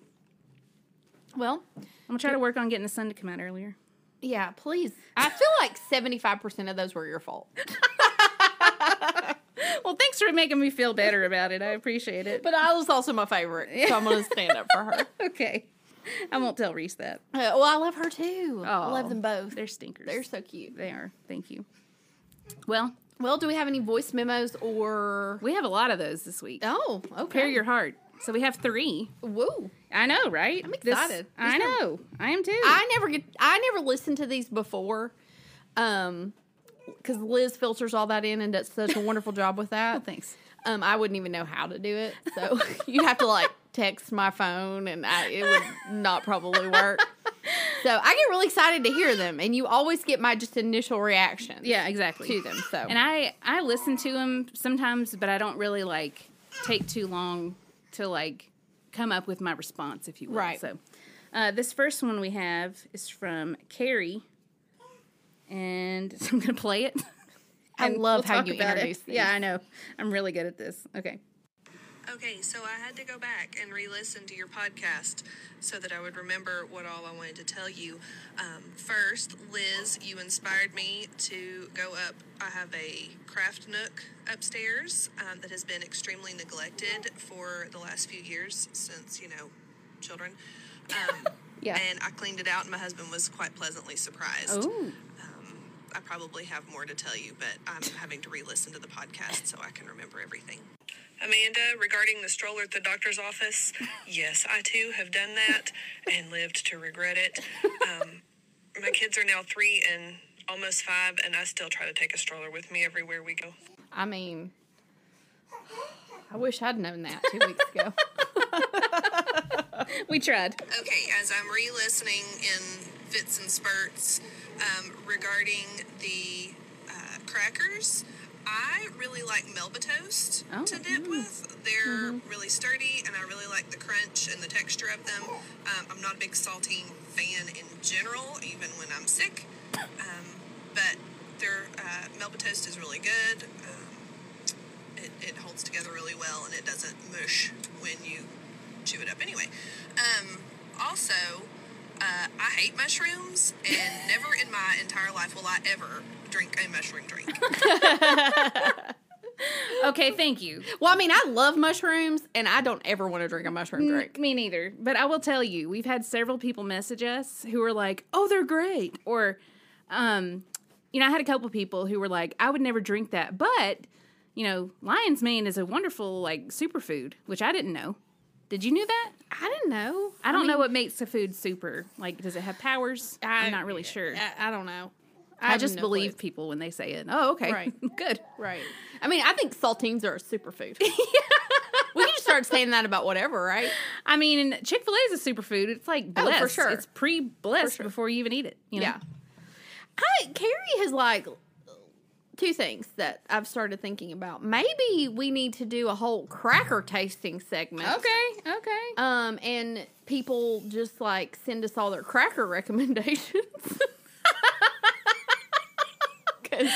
B: Well,
A: I'm gonna try to work on getting the sun to come out earlier.
B: yeah, please. I feel like 75% of those were your fault.
A: Well, thanks for making me feel better about it. I appreciate it.
B: But I was also my favorite, so I'm going to stand up for her.
A: *laughs* okay. I won't tell Reese that.
B: *laughs* Uh, well, I love her too. I
A: Oh,
B: love them both.
A: They're stinkers.
B: They're so cute.
A: They are. Thank you. Well,
B: Well, do we have any voice memos or?
A: we have a lot of those this week.
B: Oh, okay.
A: Prepare your heart. So we have three.
B: Woo!
A: I know, right? I'm
B: excited.
A: I know. I am too.
B: I never get. I never listened to these before, um, because Liz filters all that in and does such a wonderful job with that.
A: Thanks.
B: Um, I wouldn't even know how to do it, so *laughs* you'd have to like text my phone, and I, it would not probably work. So I get really excited to hear them, and you always get my just initial reaction
A: Yeah, exactly.
B: to them. So
A: And I I listen to them sometimes, but I don't really like take too long to like come up with my response, if you will.
B: Right.
A: So uh, this first one we have is from Carrie, and *laughs* so I'm gonna play it.
B: I
A: And
B: love
A: we'll
B: how
A: talk
B: you
A: about it.
B: introduce these.
A: Yeah, I know. I'm really good at this. Okay.
D: Okay, so I had to go back and re listen to your podcast so that I would remember what all I wanted to tell you. Um, first, Liz, you inspired me to go up. I have a craft nook upstairs um, that has been extremely neglected for the last few years since, you know, children. Um,
A: Yeah.
D: And I cleaned it out, and my husband was quite pleasantly surprised. Um,
A: Oh.
D: I probably have more to tell you, but I'm having to re listen to the podcast so I can remember everything. Amanda, regarding the stroller at the doctor's office, yes, I too have done that and lived to regret it. Um, my kids are now three and almost five, and I still try to take a stroller with me everywhere we go.
B: I mean, I wish I'd known that two weeks
A: *laughs*
B: ago.
A: We tried.
D: Okay, as I'm re listening in fits and spurts um, regarding the uh, crackers, I really like Melba toast
A: Oh,
D: to dip with. They're really sturdy and I really like the crunch and the texture of them. Um, I'm not a big saltine fan in general, even when I'm sick, um, but their uh, Melba toast is really good. Um, it, it holds together really well and it doesn't mush when you chew it up anyway. Um, also, uh, I hate mushrooms, and never in my entire life will I ever drink a mushroom drink.
A: Okay, thank you.
B: Well, I mean, I love mushrooms, and I don't ever want to drink a mushroom drink.
A: Me neither. But I will tell you, we've had several people message us who were like, "Oh, they're great," or, um, you know, I had a couple people who were like, "I would never drink that," but you know, lion's mane is a wonderful like superfood, which I didn't know. Did you know that?
B: I don't know.
A: I don't know what makes a food super. Like, does it have powers? I, am not really sure. I,
B: I, I don't know. have
A: just
B: no
A: believe
B: clue.
A: people when they say it. Oh, okay,
B: Right.
A: *laughs* good.
B: Right. I mean, I think saltines are a *laughs* superfood. we can just start saying that about whatever, right?
A: I mean, Chick Fil A is a superfood. It's like
B: Oh, for
A: blessed.
B: sure.
A: It's pre blessed before you even eat it. You know?
B: Yeah. I Carrie has like two things that I've started thinking about. Maybe we need to do a whole cracker tasting segment.
A: Okay. Okay.
B: Um, and people just like send us all their cracker *laughs* recommendations. 'Cause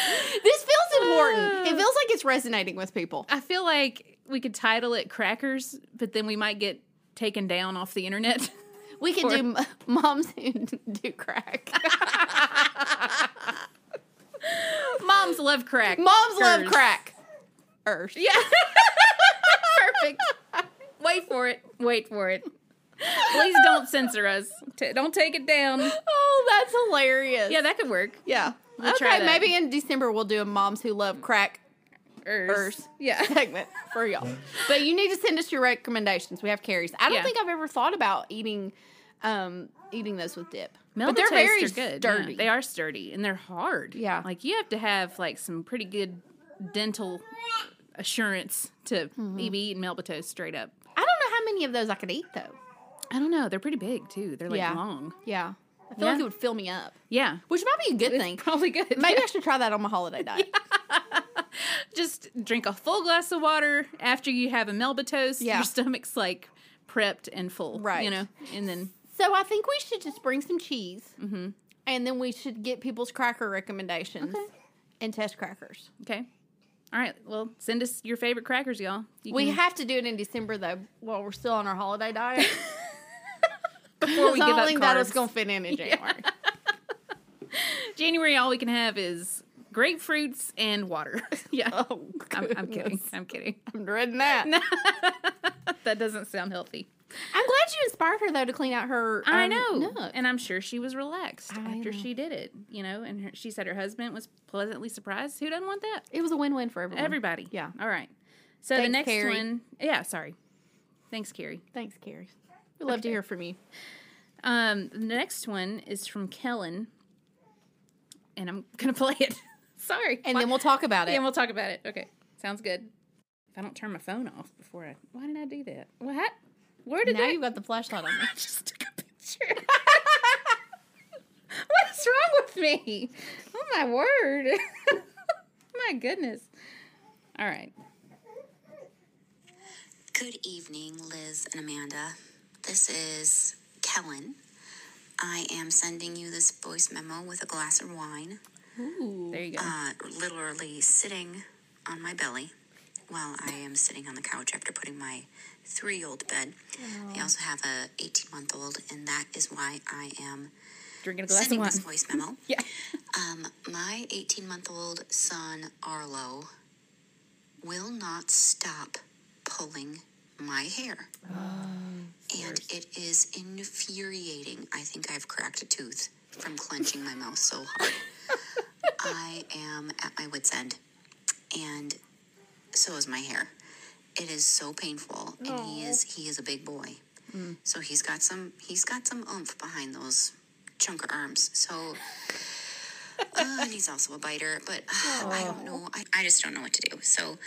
B: this feels important. It feels like it's resonating with people.
A: I feel like we could title it Crackers, but then we might get taken down off the internet. *laughs*
B: We can do m- moms who do crack.
A: Moms love crack.
B: *laughs* Moms love
A: Hers.
B: crack. Earth.
A: Yeah. *laughs* Perfect. Wait for it. Wait for it. Please don't censor us. T- don't take it down.
B: Oh, that's hilarious.
A: Yeah, that could work.
B: yeah.
A: We'll
B: okay,
A: try that.
B: maybe in December we'll do a moms who love crack *laughs*
A: Ers.
B: Ers.
A: Yeah.
B: segment for y'all. But you need to send us your recommendations. We have carries. I don't
A: Yeah.
B: think I've ever thought about eating um eating those with dip.
A: Melba
B: but they're very
A: toasts are good. yeah.
B: sturdy.
A: they are sturdy and they're hard.
B: Yeah.
A: Like you have to have like some pretty good dental assurance to even be eating Melba toast straight up.
B: I don't know how many of those I could eat though.
A: I don't know. They're pretty big too. They're like
B: yeah.
A: long.
B: Yeah. I feel
A: Yeah.
B: like it would fill me up.
A: Yeah.
B: Which might be a good thing.
A: Probably good.
B: Maybe I should try that on
A: *laughs*
B: my holiday diet.
A: just drink a full glass of water after you have a Melba toast.
B: Yeah.
A: Your stomach's like prepped and full.
B: Right.
A: You know, and then
B: So I think we should just bring some cheese, and then we should get people's cracker recommendations and test crackers.
A: okay. All right. Well, send us your favorite crackers, y'all. You
B: We
A: can-
B: have to do it in December though, while we're still on our holiday *laughs* diet.
A: before we
B: I
A: give
B: don't
A: up
B: think that was
A: carbs.
B: gonna fit in *laughs* in January.
A: January, all we can have is grapefruits and water. *laughs* yeah. I'm, I'm kidding. I'm kidding.
B: Oh, *laughs* I'm dreading that.
A: That doesn't sound healthy.
B: I'm glad you inspired her though to clean out her.
A: I
B: um,
A: know.
B: nook.
A: And I'm sure she was relaxed
B: I
A: after
B: know.
A: she did it, you know, and her, she said her husband was pleasantly surprised. Who doesn't want that?
B: It was a win-win for everyone.
A: Everybody.
B: Yeah.
A: All right. So the
B: Thanks,
A: next
B: Carrie.
A: one. Yeah, sorry. Thanks, Carrie.
B: Thanks, Carrie. We love to hear from you.
A: Um, the next one is from Kellen, and I'm gonna *laughs* play it. sorry.
B: And then we'll talk about it.
A: and we'll talk about it. Okay, sounds good. If I don't turn my phone off before I, why did I do that? What? Where did
B: now
A: that?
B: you've got the flashlight
A: *laughs*
B: on.
A: I just took a picture. *laughs* what is wrong with me? Oh my word! *laughs* my goodness. All right.
E: Good evening, Liz and Amanda. This is Kellen. I am sending you this voice memo with a glass of wine,
A: There you go.
E: uh, literally sitting on my belly while I am sitting on the couch after putting my three-year-old to bed. I also have a 18-month-old, and that is why I am
A: Drinking a glass of
E: sending
A: wine. *laughs*
E: this voice memo.
A: Yeah.
E: Um, my 18 month old son, Arlo, will not stop pulling my hair. and it is infuriating. I think I've cracked a tooth from clenching my mouth so hard. I am at my wits' end. And so is my hair. It is so painful, and he is he is a big boy, so he's got some he's got some oomph behind those chunker arms. So uh, and he's also a biter, but uh, I don't know. I, I just don't know what to do. So,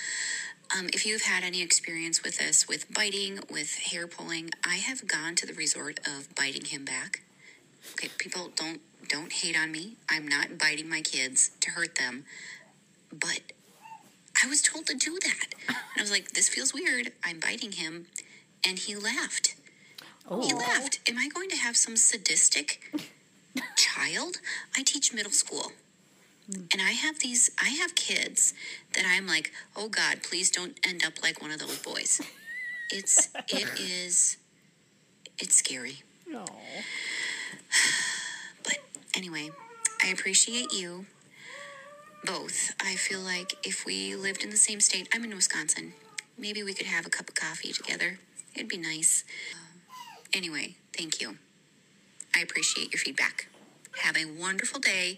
E: um, if you've had any experience with this, with biting, with hair pulling, I have gone to the resort of biting him back. Okay, people don't don't hate on me. I'm not biting my kids to hurt them, but I was told to do that. And I was like, this feels weird. I'm biting him, and he laughed. He laughed. Am I going to have some sadistic child? I teach middle school. And I have these, I have kids that I'm like, oh God, please don't end up like one of those boys. It's, it is, it's scary. *sighs* But anyway, I appreciate you both. I feel like if we lived in the same state, I'm in Wisconsin, maybe we could have a cup of coffee together. It'd be nice. Anyway, thank you. I appreciate your feedback. Have a wonderful day.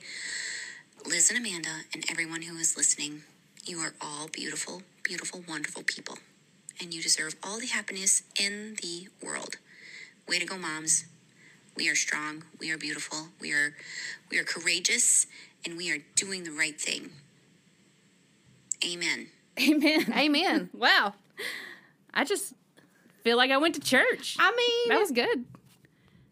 E: Liz and Amanda, and everyone who is listening, you are all beautiful, beautiful, wonderful people. And you deserve all the happiness in the world. Way to go, moms. We are strong, we are beautiful, we are we are courageous, and we are doing the right thing. Amen.
A: Amen.
B: Amen.
A: *laughs* Wow. I just feel like I went to church.
B: I mean,
A: that was good.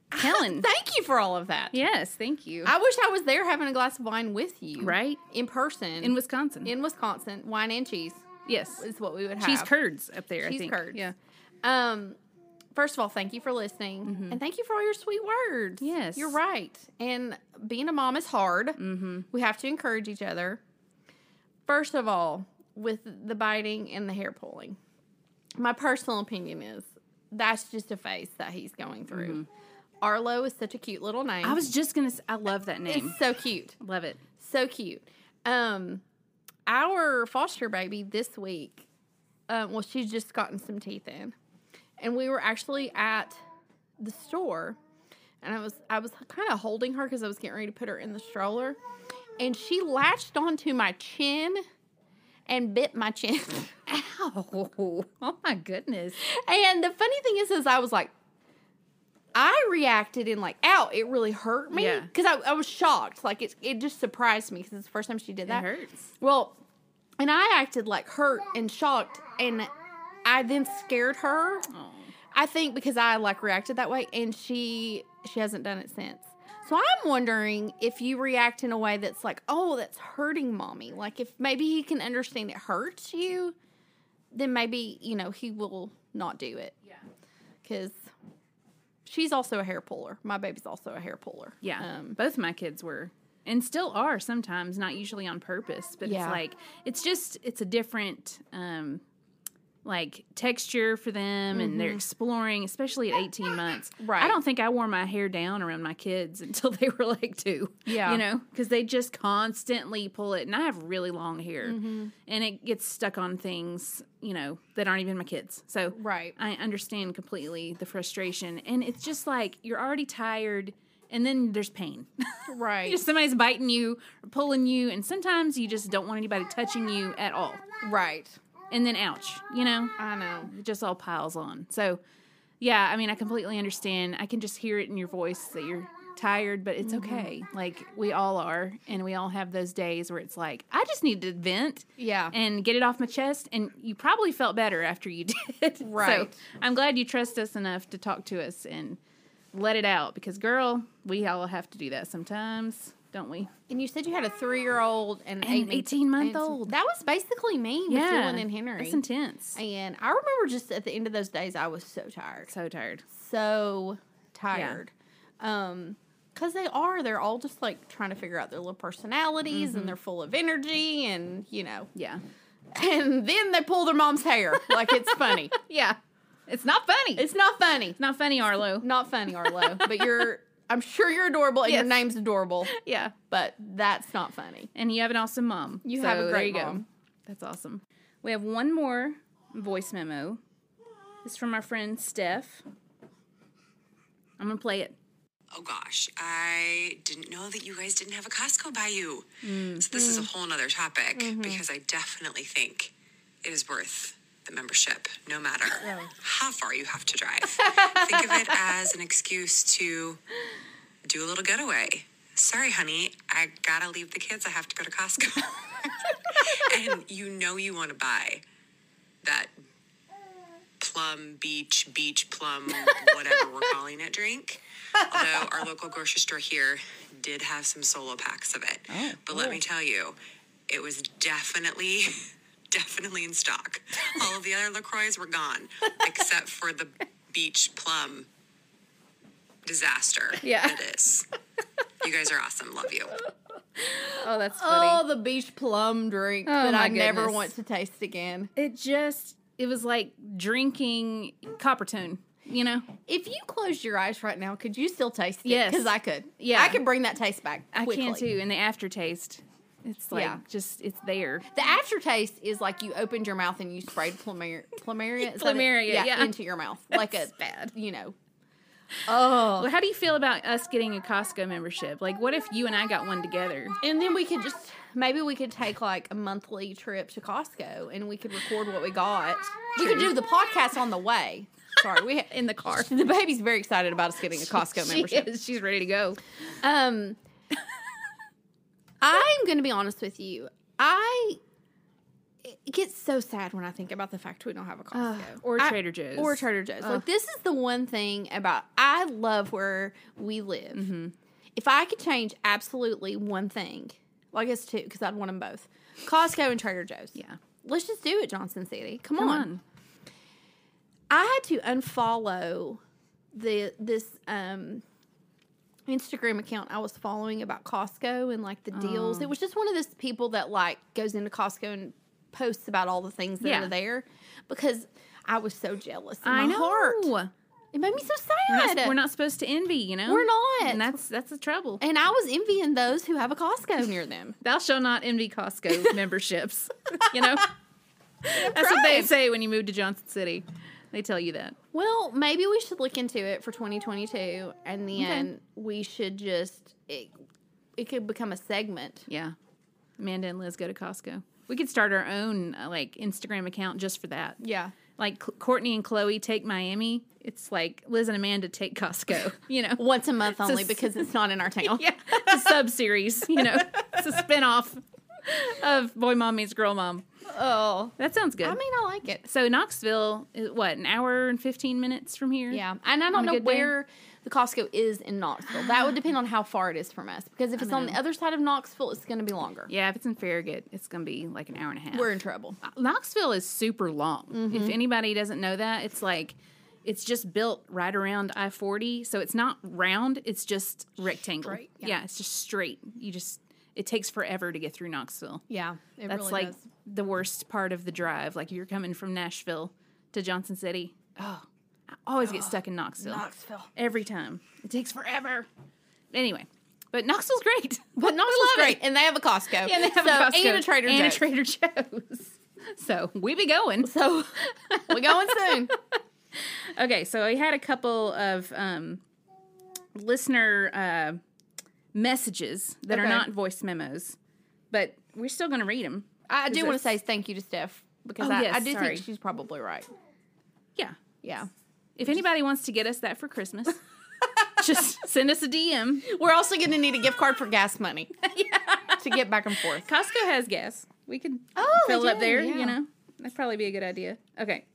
A: Helen.
B: thank you for all of that.
A: yes, thank you.
B: I wish I was there having a glass of wine with you,
A: right?
B: In person,
A: In Wisconsin.
B: in Wisconsin, wine and cheese
A: yes.
B: is what we would have.
A: Cheese curds up there, I
B: Cheese
A: think.
B: curds.
A: Yeah.
B: Um, first of all, thank you for listening, and thank you for all your sweet words.
A: Mm-hmm. Yes.
B: you're right. And being a mom is hard. Mm-hmm. We have to encourage each other. First of all, with the biting and the hair pulling, my personal opinion is that's just a phase that he's going through. Arlo is such a cute little name.
A: Mm-hmm. I was just going to I love that name.
B: it's so cute.
A: love it.
B: So cute. Um, our foster baby this week, um, well, she's just gotten some teeth in, and we were actually at the store, and I was I was kind of holding her because I was getting ready to put her in the stroller, and she latched onto my chin, and bit my chin. *laughs*
C: Ow. Oh my goodness.
B: and the funny thing is, is I was like, I reacted in like, ow, it really hurt me
A: Yeah.
B: because I, I was shocked. Like it, it just surprised me because it's the first time she did that.
A: hurts.
B: Well, and I acted like hurt and shocked, and I then scared her. I think because I like reacted that way, and she she hasn't done it since. So I'm wondering if you react in a way that's like, oh, that's hurting mommy. Like if maybe he can understand it hurts you, then maybe you know he will not do it. Yeah, because she's also a hair puller. My baby's also a hair puller.
A: Yeah.
B: Um,
A: Both my kids were and still are sometimes, not usually on purpose, but
B: Yeah.
A: it's like it's just it's a different um like texture for them and they're exploring, especially at 18 months.
B: Mm-hmm. *laughs* Right.
A: I don't think I wore my hair down around my kids *laughs* until they were like 2.
B: Yeah.
A: You know, cuz they just constantly pull it and I have really long hair
B: Mm-hmm.
A: and it gets stuck on things, you know, that aren't even my kids. So
B: Right.
A: I understand completely the frustration. And it's just like you're already tired and then there's pain. *laughs*
B: right.
A: Just somebody's biting you, or pulling you, and sometimes you just don't want anybody touching you at all.
B: right.
A: And then ouch, you know?
B: I know.
A: It just all piles on. So yeah, I mean I completely understand. I can just hear it in your voice that you're tired, but it's
B: Mm-hmm.
A: okay. Like we all are and we all have those days where it's like, I just need to vent
B: Yeah.
A: and get it off my chest. And you probably felt better after you *laughs* did.
B: Right.
A: So I'm glad you trust us enough to talk to us and let it out because, girl, we all have to do that sometimes, don't we?
B: And you said you had a three year old and
A: And an 18 month old.
B: That was basically me with Dylan and Henry.
A: It's intense.
B: and I remember just at the end of those days, I was so tired.
A: So tired.
B: So tired. Um, because they are, they're all just like trying to figure out their little personalities and they're full of energy and, you know,
A: Yeah.
B: and then they pull their mom's hair. Like it's *laughs* funny.
A: Yeah. It's not funny. It's
B: it's not funny.
A: not funny, Arlo.
B: Not
A: *laughs*
B: funny, Arlo, but you're, I'm sure you're adorable and your
A: Yes.
B: name's adorable,
A: Yeah.
B: but that's not funny.
A: And you have an awesome mom.
B: You have a
A: there
B: great
A: you go.
B: mom.
A: That's awesome. We have one more voice memo. This is from our friend Steph. I'm going to play it.
D: Oh gosh, I didn't know that you guys didn't have a Costco by you. So this is a whole nother topic because I definitely think it is worth the membership, no matter how far you have to drive. think of it as an excuse to do a little getaway. Sorry, honey, I gotta leave the kids. I have to go to Costco. and you know you want to buy that plum beach beach plum whatever we're calling it drink although our local grocery store here did have some solo packs of it but let me tell you it was definitely *laughs* definitely in stock all of the other lacroix were gone except for the beach plum disaster
A: Yeah.
D: it is you guys are awesome love you
A: Oh, that's funny.
B: Oh, the beach plum drink
A: Oh,
B: that
A: my
B: I never
A: goodness.
B: want to taste again.
A: It just it was like drinking Coppertone, you know?
B: If you closed your eyes right now, could you still taste it?
A: Yes.
B: Because I could.
A: Yeah.
B: I could bring that taste back.
A: I
B: quickly.
A: can too. And the aftertaste. It's like
B: Yeah.
A: just it's there.
B: The aftertaste is like you opened your mouth and you sprayed
A: *laughs*
B: plumer- plumeria, is that it?
A: Plumeria, yeah.
B: into your mouth like a
A: It's bad.
B: you know.
A: Well, how do you feel about us getting a Costco membership? Like what if you and I got one together?
B: And then we could just maybe we could take like a monthly trip to Costco and we could record what we got. We could do the podcast on the way. Sorry, we ha-
A: In the car.
B: *laughs* the baby's very excited about us getting a Costco
A: *laughs* She
B: membership.
A: is. She's ready to go.
B: Um, *laughs* I'm going to be honest with you. I it gets so sad when I think about the fact we don't have a Costco
A: or
B: I-
A: Trader Joe's.
B: or Trader Joe's. Like this is the one thing about I love where we live.
A: Mm-hmm.
B: If I could change absolutely one thing, well, I guess two because I'd want them both: Costco and Trader Joe's.
A: Yeah.
B: let's just do it, Johnson City. Come,
A: Come
B: on.
A: on.
B: I had to unfollow the this um Instagram account I was following about Costco and like the deals. It was just one of those people that like goes into Costco and posts about all the things that
A: Yeah.
B: are there because I was so jealous. In
A: I
B: my
A: know.
B: Heart. It made me so
A: We're
B: sad.
A: not, we're not supposed to envy, you know?
B: We're not.
A: And that's that's the trouble.
B: And I was envying those who have a Costco near them.
A: Thou shall not envy
B: *laughs*
A: Costco memberships. You know? That's what they
B: Right.
A: say when you move to Johnson City. They tell you that.
B: *laughs* Well, maybe we should look into it for 2022, and then we should just it, it could become a segment.
A: Yeah. Amanda and Liz go to Costco. We could start our own uh, like Instagram account just for that.
B: Yeah.
A: Like C- Courtney and Chloe take Miami. It's like Liz and Amanda take Costco. *laughs* You know,
B: Once a *laughs* month only
A: s-
B: because it's not in *laughs* our town.
A: yeah, it's a sub series. You know, it's a spinoff of Boy Mom Meets Girl Mom.
B: Oh.
A: That sounds good.
B: I mean, I like it.
A: so Knoxville, is what an hour and fifteen minutes from here?
B: Yeah, and I don't
A: a
B: know
A: good day?
B: where the Costco is in Knoxville. That would depend on how far it is from us. Because if it's on the other side of Knoxville, it's going to be longer.
A: yeah. If it's in Farragut, it's gonna be like an hour and a half.
B: We're in Mm-hmm. trouble.
A: Knoxville is super long. If anybody doesn't know that, it's like it's just built right around I forty, so it's not round. It's just rectangle.
B: Straight,
A: yeah.
B: yeah.
A: it's just straight. You just it takes forever to get through Knoxville.
B: Yeah, it
A: That's
B: really
A: like
B: does.
A: the worst part of the drive. Like you're coming from Nashville to Johnson City. Oh, I always get stuck in Knoxville.
B: Oh, Knoxville.
A: every time. It takes forever. Anyway, but Knoxville's great.
B: *laughs* *laughs* But Knoxville's great, and they have a
A: *laughs*
B: Costco.
A: And they have
B: so,
A: a Costco
B: and a Trader
A: and a
B: Joe's.
A: Trader Joe's. *laughs* So we be going.
B: so *laughs* we're going soon.
A: Okay, so I had a couple of um, listener uh, messages that are
B: Okay.
A: not voice memos, but we're still going to read them.
B: I do
A: Is
B: want to
A: this-
B: say thank you to Steph because
A: Oh,
B: I,
A: yes,
B: I do
A: sorry.
B: think she's probably right.
A: Yeah.
B: Yeah,
A: If anybody wants to get us that for Christmas, *laughs* just send us a DM.
B: we're also going to need a gift card for gas *laughs* money to get back and forth.
A: Costco has gas. We could
B: Oh, they
A: fill up
B: do,
A: there, you
B: yeah.
A: know. That'd probably be a good idea. Okay.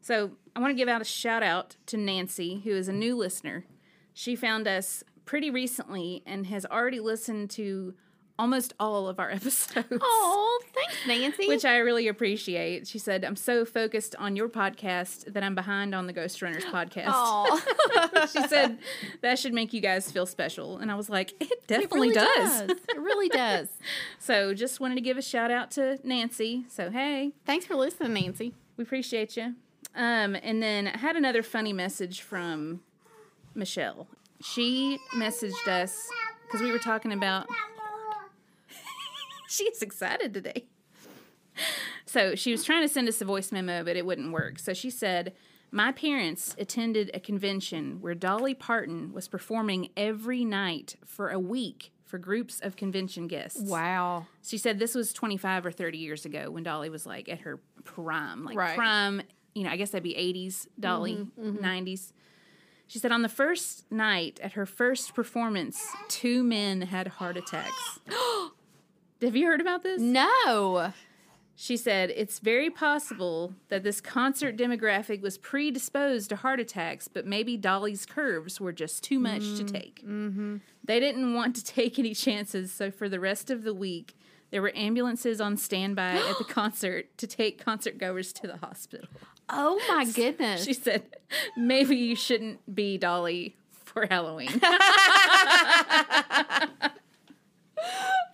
A: So I want to give out a shout out to Nancy, who is a new listener. She found us pretty recently and has already listened to almost all of our *laughs* episodes.
B: Oh, thanks, Nancy.
A: Which I really appreciate. She said, I'm so focused on your podcast that I'm behind on the Ghost Runners podcast.
B: Aw.
A: *laughs* She said, That should make you guys feel special. And I was like, It
B: It
A: definitely
B: really
A: does.
B: does. It
C: *laughs*
B: really does.
A: So just wanted to give a shout out to Nancy. So, hey.
B: Thanks for listening, Nancy.
A: We appreciate you. Um, and then I had another funny message from Michelle. She messaged us because we were talking about. *laughs* She's excited today. So she was trying to send us a voice memo, but it wouldn't work. So she said, My parents attended a convention where Dolly Parton was performing every night for a week for groups of convention guests.
B: Wow.
A: She said this was 25 or 30 years ago when Dolly was like at her prime, like
B: Right.
A: prime, you know, I guess that'd be 80s Dolly, 90s. She said on the first night at her first performance, two men had heart attacks. Have you heard about this?
B: No.
A: She said, It's very possible that this concert demographic was predisposed to heart attacks, but maybe Dolly's curves were just too much to take. Mm-hmm. They didn't want to *laughs* take any chances, so for the rest of the week, there were ambulances on standby at the concert to take concert goers to the hospital.
B: Oh my goodness.
A: She said, Maybe you shouldn't be Dolly for Halloween.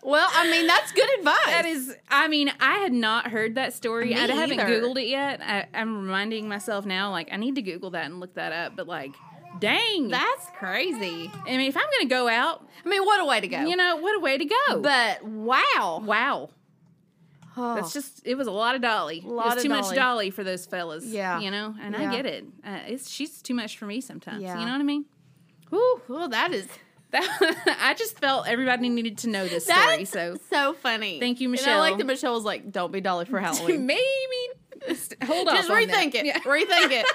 B: well, I mean, that's good advice.
A: That is, I mean, I had not heard that story.
B: Me
A: I haven't
B: either.
A: Googled it yet. I, I'm reminding myself now, like, I need to Google that and look that up. But, like, dang.
B: That's crazy.
A: I mean, if I'm going to go out,
B: I mean, what a way to go.
A: you know, what a way to go.
B: but wow.
A: wow.
B: Oh.
A: That's just, it was a lot of Dolly. it
B: Lot
A: was
B: of
A: too much
B: Dolly.
A: Dolly for those fellas.
B: Yeah.
A: You know, and I
B: Yeah.
A: get it. Uh, it's, she's too much for me sometimes.
B: Yeah.
A: You know what I mean? *laughs*
B: Whew, well, that is
A: That, I just felt everybody needed to know this story.
B: that's *laughs*
A: So
B: so funny.
A: Thank you,
B: And I
A: Michelle.
B: like that Michelle was like, "Don't be
A: *laughs*
B: Dolly for Halloween."
A: maybe hold on.
B: just rethink it.
A: *laughs*
B: Rethink it.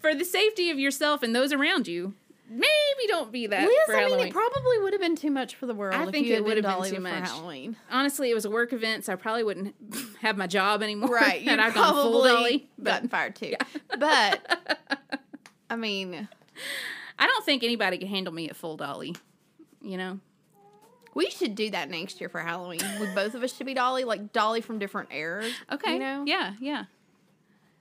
A: for the safety of yourself and those around you, maybe don't be that.
B: Liz,
A: for
B: I mean,
A: Halloween.
B: it probably would have been too much for the world.
A: I
B: if
A: think
B: you
A: it
B: had
A: would have been
B: Dolly
A: too
B: for
A: much. *laughs*
B: Halloween.
A: honestly, it was a work event, so I probably wouldn't *laughs* have my job anymore. *laughs*
B: Right, you
A: and I've
B: probably
A: gone full *laughs* Dolly.
B: gotten fired too. But I mean,
A: I don't think anybody could handle me at full Dolly. You know,
B: we should do that next year for Halloween. We both of us should be Dolly, like Dolly from different eras.
A: okay,
B: you know,
A: yeah, yeah.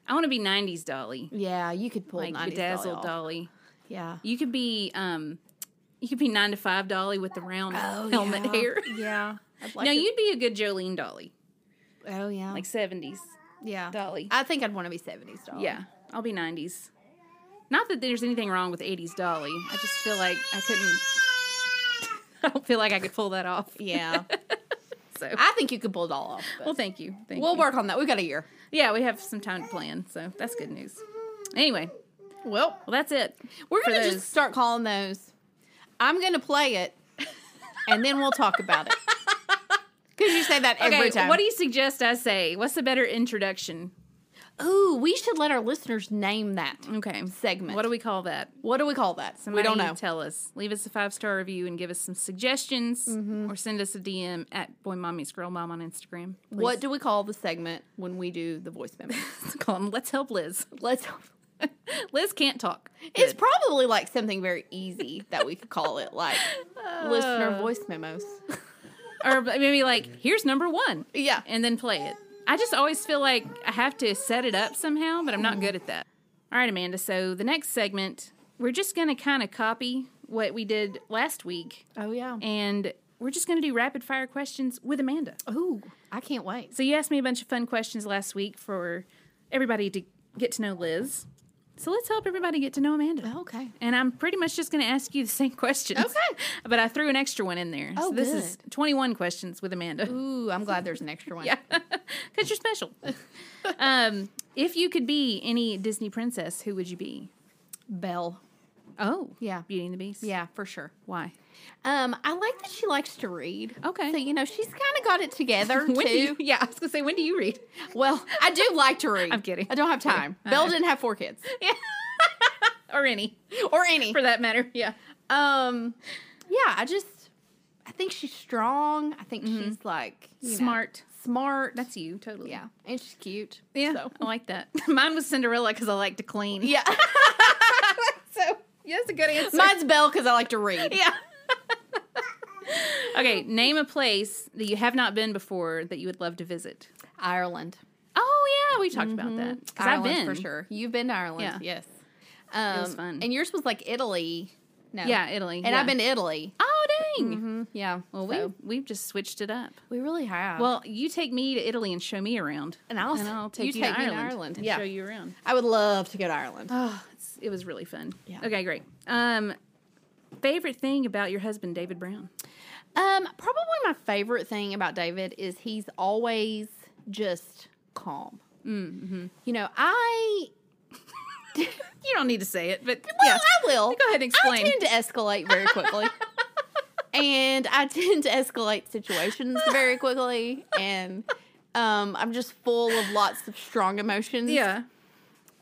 A: I want to be '90s Dolly,
B: yeah, you could pull
A: like
B: 90s
A: bedazzled
B: off.
A: Dolly.
B: Yeah.
A: You could be, um, you could be nine to five Dolly with the round helmet
B: Oh, yeah.
A: hair. *laughs*
B: Yeah. I'd like
A: now
B: to-
A: you'd be a good Jolene Dolly,
B: Oh yeah.
A: like '70s
B: yeah.
A: Dolly.
B: I think I'd want to be 70s Dolly.
A: Yeah, I'll be 90s. Not that there's anything wrong with 80s Dolly. I just feel like I couldn't. *laughs* I don't feel like I could pull that off.
B: Yeah. *laughs*
A: So,
B: I think you could pull it all off. but
A: well, thank you. Thank
B: we'll
A: you.
B: work on that. We've got a year.
A: Yeah, we have some time to plan, so that's good news. Anyway,
B: Well,
A: well, that's it.
B: we're
A: for
B: going to
A: those.
B: just start calling *laughs* those. I'm going to play it and then we'll talk about it. Because because you say that every
A: Okay,
B: time.
A: what do you suggest I say? What's a better introduction?
B: Ooh, we should let our listeners name that.
A: Okay.
B: Segment.
A: What do we call that?
B: What do we call that? we don't know.
A: Tell us. Leave us a five star review and give us some suggestions, or send us a DM at Boy Mommy's Girl Mom on Instagram. Please.
B: What do we call the segment when we do the voice *laughs* memo?
A: call 'em. Let's help Liz.
B: Let's.
A: Liz can't talk.
B: It's probably like something very easy that we could call it, *laughs* like listener voice memos.
A: or maybe like here's number one,
B: Yeah.
A: and then play it. I just always feel like I have to set it up somehow, but I'm not good at that. All right, Amanda. So the next segment, we're just gonna kind of copy what we did last week,
B: Oh yeah.
A: and we're just gonna do rapid fire questions with Amanda.
B: Ooh, I can't wait.
A: So you asked me a bunch of fun questions last week for everybody to get to know Liz. So let's help everybody get to know Amanda.
B: Okay.
A: And I'm pretty much just going to ask you the same *laughs* questions.
B: Okay.
A: But I threw an extra one in there.
B: Oh,
A: so this is 21 questions with Amanda.
B: Ooh, I'm glad there's an *laughs* extra one.
A: Yeah. Because you're special. *laughs* um, if you could be any Disney princess, who would you be?
B: Belle.
A: Oh.
B: Yeah.
A: Beauty and the Beast?
B: Yeah, for sure.
A: Why?
B: Um, I like that she likes to read.
A: Okay.
B: So you know she's kind of got it *laughs* together
A: When do
B: too.
A: you, yeah, I was going to say, when do you *laughs* read?
B: Well, I do like to read.
A: I'm kidding.
B: I don't have time.
A: Kidding.
B: Belle
A: Uh-uh.
B: didn't have four kids *laughs*
A: Or any,
B: or any.
A: for that matter. Yeah.
B: Um, yeah, I just I think she's strong. I think she's like you know,
A: Smart.
B: smart.
A: That's you, totally.
B: yeah, and she's cute.
A: Yeah,
B: So.
A: I like that. *laughs* Mine was Cinderella because I like to clean.
B: Yeah.
A: so yeah, *laughs* that's a good answer.
B: *laughs* Mine's Belle because I like to
A: *laughs*
B: read. *laughs*
A: yeah. okay, name a place that you have not been before that you would love to visit.
B: Ireland.
A: Oh yeah, we talked about that because I've
B: Ireland
A: been
B: for sure. You've been to Ireland.
A: Yeah.
B: Yes. Um,
A: was fun.
B: And yours was like Italy. No.
A: Yeah, Italy.
B: And
A: yeah.
B: I've been to Italy.
A: Oh dang!
B: Yeah.
A: Well, we
B: so-
A: we've just switched it up.
B: we really have.
A: Well, you take me to Italy and show me around,
B: And I'll-
A: take
B: you
A: you,
B: take
A: to
B: me to
A: Ireland,
B: Ireland.
A: and
B: Yeah.
A: show you around.
B: I would love to go to Ireland.
A: Oh, it's, it was really fun.
B: Yeah.
A: Okay, great. Um, favorite thing about your husband, David Brown?
B: Um, probably my favorite thing about David is he's always just calm. Mm-hmm. You know, I
A: You don't need to say it, but
B: well,
A: yeah.
B: I will
A: Go ahead and
B: I
A: explain.
B: tend to escalate
A: *laughs*
B: very quickly, and I tend to escalate situations very quickly, and um, I'm just full of lots of strong emotions.
A: Yeah.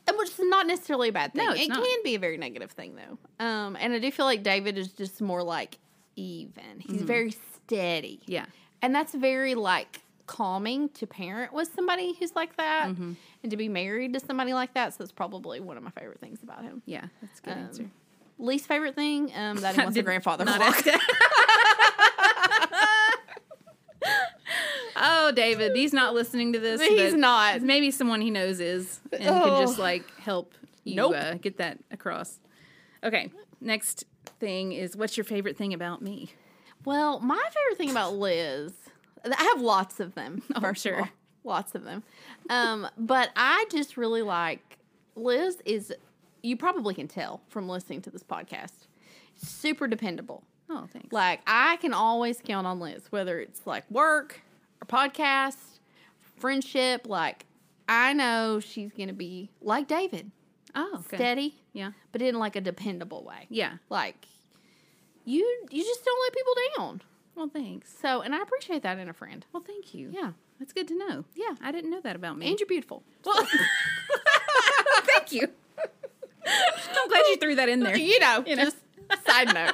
B: And Uh, which is not necessarily a bad thing.
A: No, it's
B: it
A: not.
B: can be a very negative thing though. Um, and I do feel like David is just more like even. He's very steady.
A: Mm-hmm. Yeah.
B: And that's very like calming to parent with somebody who's like that
A: Mm-hmm.
B: and to be married to somebody like that. So that's probably one of my favorite things about him.
A: Yeah. That's a good
B: Um,
A: answer.
B: Least favorite thing um,
A: *laughs*
B: that he wants a
A: Did
B: grandfather
A: not
B: clock.
A: Oh, David, he's not listening to this.
B: He's
A: but
B: not.
A: Maybe someone he knows is and
B: Oh.
A: can just like help you
B: Nope.
A: uh, get that across. Okay. Next thing is what's your favorite thing about me?
B: Well, my favorite thing about Liz, I have lots of them. *laughs* Oh, first of
A: sure.
B: all. lots of them. Um, but I just really like Liz. Is you probably can tell from listening to this podcast, super dependable.
A: Oh, thanks.
B: Like I can always count on Liz, whether it's like work or podcast, friendship. Like I know she's gonna be like David,
A: oh, okay.
B: steady,
A: Yeah.
B: but in like a dependable way.
A: Yeah.
B: Like you, you just don't let people down.
A: Well, thanks.
B: So, and I appreciate that in a friend.
A: Well, thank you.
B: Yeah.
A: That's good to know.
B: Yeah.
A: I didn't know that about me.
B: And you're beautiful. *laughs*
A: Well, thank you. I'm glad *laughs* you threw that in there.
B: You know,
A: You know.
B: just side note.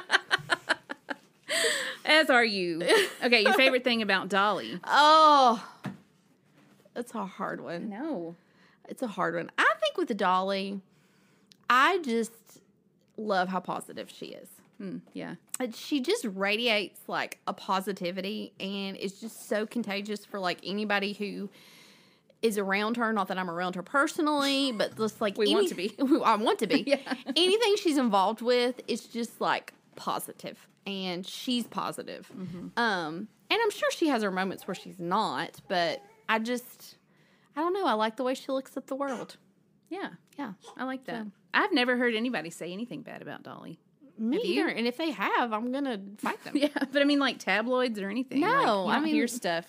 B: *laughs*
A: As are *laughs* you. Okay, your favorite thing about Dolly?
B: Oh, that's a hard one.
A: No.
B: It's a hard one. I think with Dolly, I just love how positive she is.
A: Yeah.
B: And She just radiates like a positivity and it's just so contagious for like anybody who is around her. Not that I'm around her personally, but just like
A: We want to be.
B: *laughs* I want to be.
A: Yeah.
B: Anything she's involved with is just like positive, and she's positive. Um, and I'm sure she has her moments where she's not, but I just, I don't know. I like the way she looks at the world.
A: Yeah.
B: Yeah,
A: I like that. I've never heard anybody say anything bad about Dolly.
B: me
A: you?
B: either. And if they have, I'm gonna fight
A: *laughs*
B: them. *laughs*
A: Yeah, but I mean, like tabloids or anything.
B: No,
A: like, you
B: I
A: don't hear
B: mean-
A: stuff.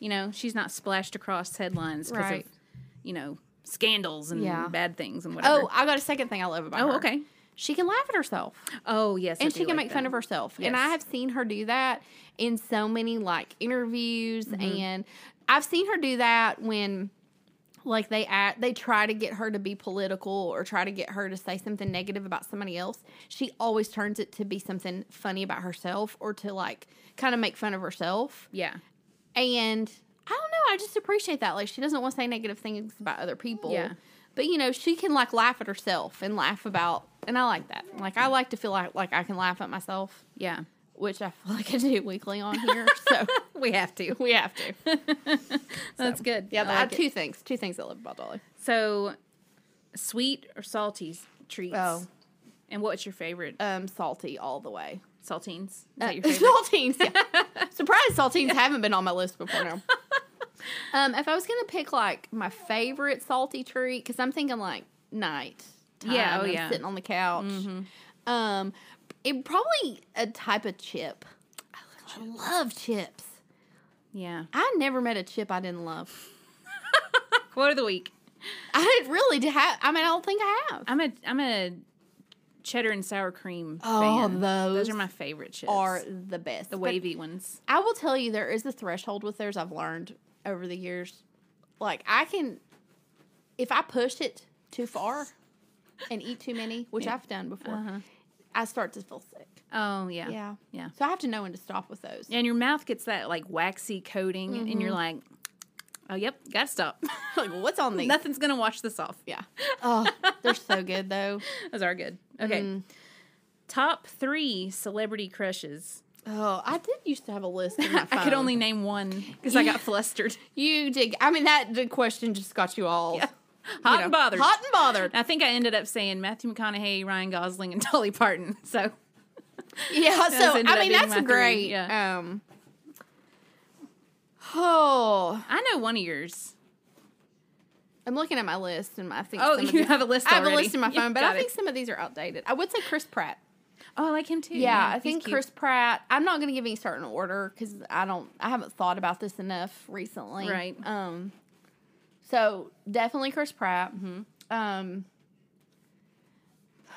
A: You know, she's not splashed across headlines because
B: Right.
A: of you know scandals and
B: Yeah.
A: bad things and whatever.
B: Oh, I got a second thing I love about
A: Oh,
B: her.
A: okay.
B: she can laugh at herself
A: Oh yes, I
B: and she
A: do
B: can
A: like
B: make fun
A: that.
B: of herself. And I
A: Yes.
B: have seen her do that in so many like interviews,
A: Mm-hmm.
B: and I've seen her do that when like they act, they try to get her to be political or try to get her to say something negative about somebody else. She always turns it to be something funny about herself or to like kind of make fun of herself.
A: Yeah,
B: And I don't know, I just appreciate that. Like she doesn't want to say negative things about other people.
A: Yeah.
B: But you know, she can like laugh at herself and laugh about and I like that. Like I like to feel like like I can laugh at myself,
A: yeah.
B: which I feel *laughs* like I do weekly on here. So
A: *laughs* We have to.
B: we have to.
A: That's good.
B: Yeah,
A: I
B: I
A: like it.
B: two things. Two things I love about Dolly.
A: So, sweet or salty s- treats?
B: Oh.
A: And what's your favorite?
B: Um salty all the way.
A: Saltines? Is
B: Uh, *laughs*
A: that your favorite?
B: saltines,
A: *laughs*
B: yeah. Surprised saltines haven't been on my list before now. um, if I was gonna pick like my favorite salty treat, because I'm thinking like night, time,
A: Yeah, oh,
B: and
A: yeah. Mm-hmm.
B: sitting on the couch. Um, it probably a type of chip. I love, chips.
A: yeah.
B: I never met a chip I didn't love.
A: Quote of the week.
B: I really did have. I mean, I don't think I have.
A: I'm a I'm a cheddar and sour cream.
B: Oh,
A: fan.
B: those
A: are my favorite chips.
B: Are the best
A: the
B: But
A: wavy ones?
B: I will tell you there is a threshold with theirs I've learned over the years. Like I can if I push it
A: *laughs*
B: too far and eat too many, which I've done before, I start to feel sick.
A: Oh Uh-huh. yeah,
B: Yeah.
A: yeah.
B: So I have to know when to stop with those.
A: And your mouth gets that like waxy coating, and you're like,
B: Mm-hmm.
A: oh yep, gotta stop.
B: *laughs*
A: *laughs*
B: like what's on these?
A: Nothing's gonna wash this off.
B: Yeah.
A: *laughs*
B: Oh, they're so good though.
A: Those are good.
B: Mm-hmm.
A: Okay. Top three celebrity crushes.
B: Oh, I did used to have a list in my
A: *laughs*
B: phone.
A: I could only name one because
B: *laughs*
A: I got flustered.
B: you did. I mean that the question just got you all
A: Hot
B: you know,
A: and bothered.
B: Hot
A: *laughs*
B: and bothered.
A: I think I ended up saying Matthew McConaughey, Ryan Gosling, and *laughs* Dolly Parton. So
B: Yeah, so
A: ended up
B: I mean
A: being
B: that's
A: my three,
B: great.
A: yeah.
B: Um Oh,
A: I know one of yours.
B: I'm looking at my list and I think.
A: Oh,
B: some of
A: you
B: these-
A: have a list
B: I have a
A: already.
B: list in my *laughs*
A: Yeah,
B: phone, but
A: got
B: I think
A: it.
B: some of these are outdated. I would say Chris Pratt.
A: Oh, I like him too.
B: Yeah, I
A: he's
B: think
A: cute.
B: Chris Pratt. I'm not going to give any certain order because I don't. I haven't thought about this enough recently.
A: Right.
B: Um. So definitely Chris Pratt. Um. *sighs*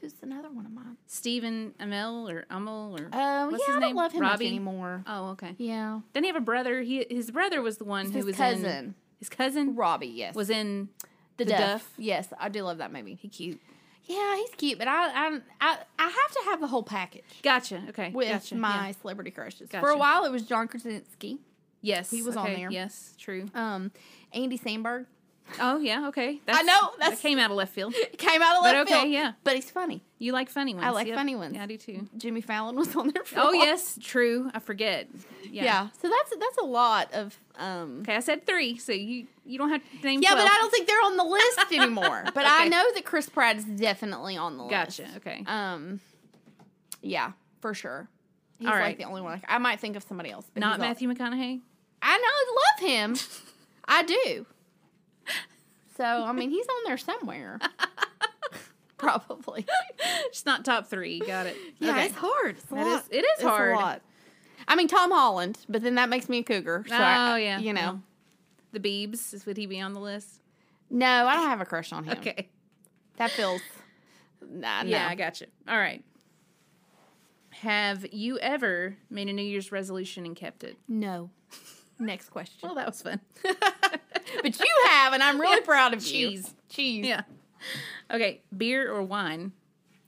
B: Who's another one of mine?
A: Stephen Amell or Amel or
B: Oh,
A: what's
B: yeah,
A: his
B: I
A: name?
B: don't love him much
A: Robbie?
B: anymore.
A: Oh, okay.
B: Yeah.
A: Didn't he have a brother? He his brother was the one who
B: his
A: was in
B: cousin.
A: his cousin
B: Robbie. Yes.
A: was in
B: the,
A: the
B: Duff.
A: Duff.
B: Yes, I do love that movie.
A: he cute.
B: Yeah, he's cute, but I I I, I have to have the whole package
A: Gotcha. Okay.
B: with
A: gotcha.
B: my
A: Yeah.
B: celebrity crushes. For
A: Gotcha.
B: a while, it was John Krasinski,
A: yes,
B: he was on
A: okay,
B: there.
A: Yes, true.
B: um, Andy Samberg.
A: Oh yeah, okay. That's,
B: know, that's-
A: that came out of left field.
B: It came out of
A: But
B: left
A: okay,
B: field,
A: yeah.
B: but he's funny.
A: You like funny ones?
B: I like
A: yep.
B: funny ones.
A: Yeah, I do too.
B: Jimmy Fallon was on there. For a
A: Oh
B: while.
A: yes, true. I forget. Yeah.
B: yeah. So that's that's a lot of um.
A: Okay, I said three, so you you don't have to name.
B: Yeah,
A: 12.
B: but I don't think they're on the *laughs* list anymore. But I
A: Okay.
B: know that Chris Pratt is definitely on the
A: Gotcha.
B: list.
A: Okay.
B: Um, yeah, for sure. He's
A: All right.
B: like the only one. I, c- I might think of somebody else. But
A: Not
B: he's all-
A: Matthew McConaughey.
B: I know I love him. I do. So I mean, he's on there somewhere.
A: *laughs*
B: Probably.
A: It's not top three. Got it. *laughs*
B: Yeah,
A: okay.
B: it's hard. It's a
A: That
B: lot.
A: is- it is
B: It's a
A: hard.
B: lot. I mean, Tom Holland, but then that makes me a cougar. So I-
A: Oh, yeah.
B: you know.
A: the Beebs is would he be on the list?
B: No, I don't have a crush on him.
A: Okay.
B: That feels. Nah,
A: Yeah,
B: no.
A: I gotcha. All right. Have you ever made a New Year's resolution and kept it?
B: no. Next question.
A: Well, that was fun.
B: but you have, and I'm
A: *laughs*
B: really proud of you.
A: Cheese.
B: Cheese.
A: Yeah. Okay, beer or wine?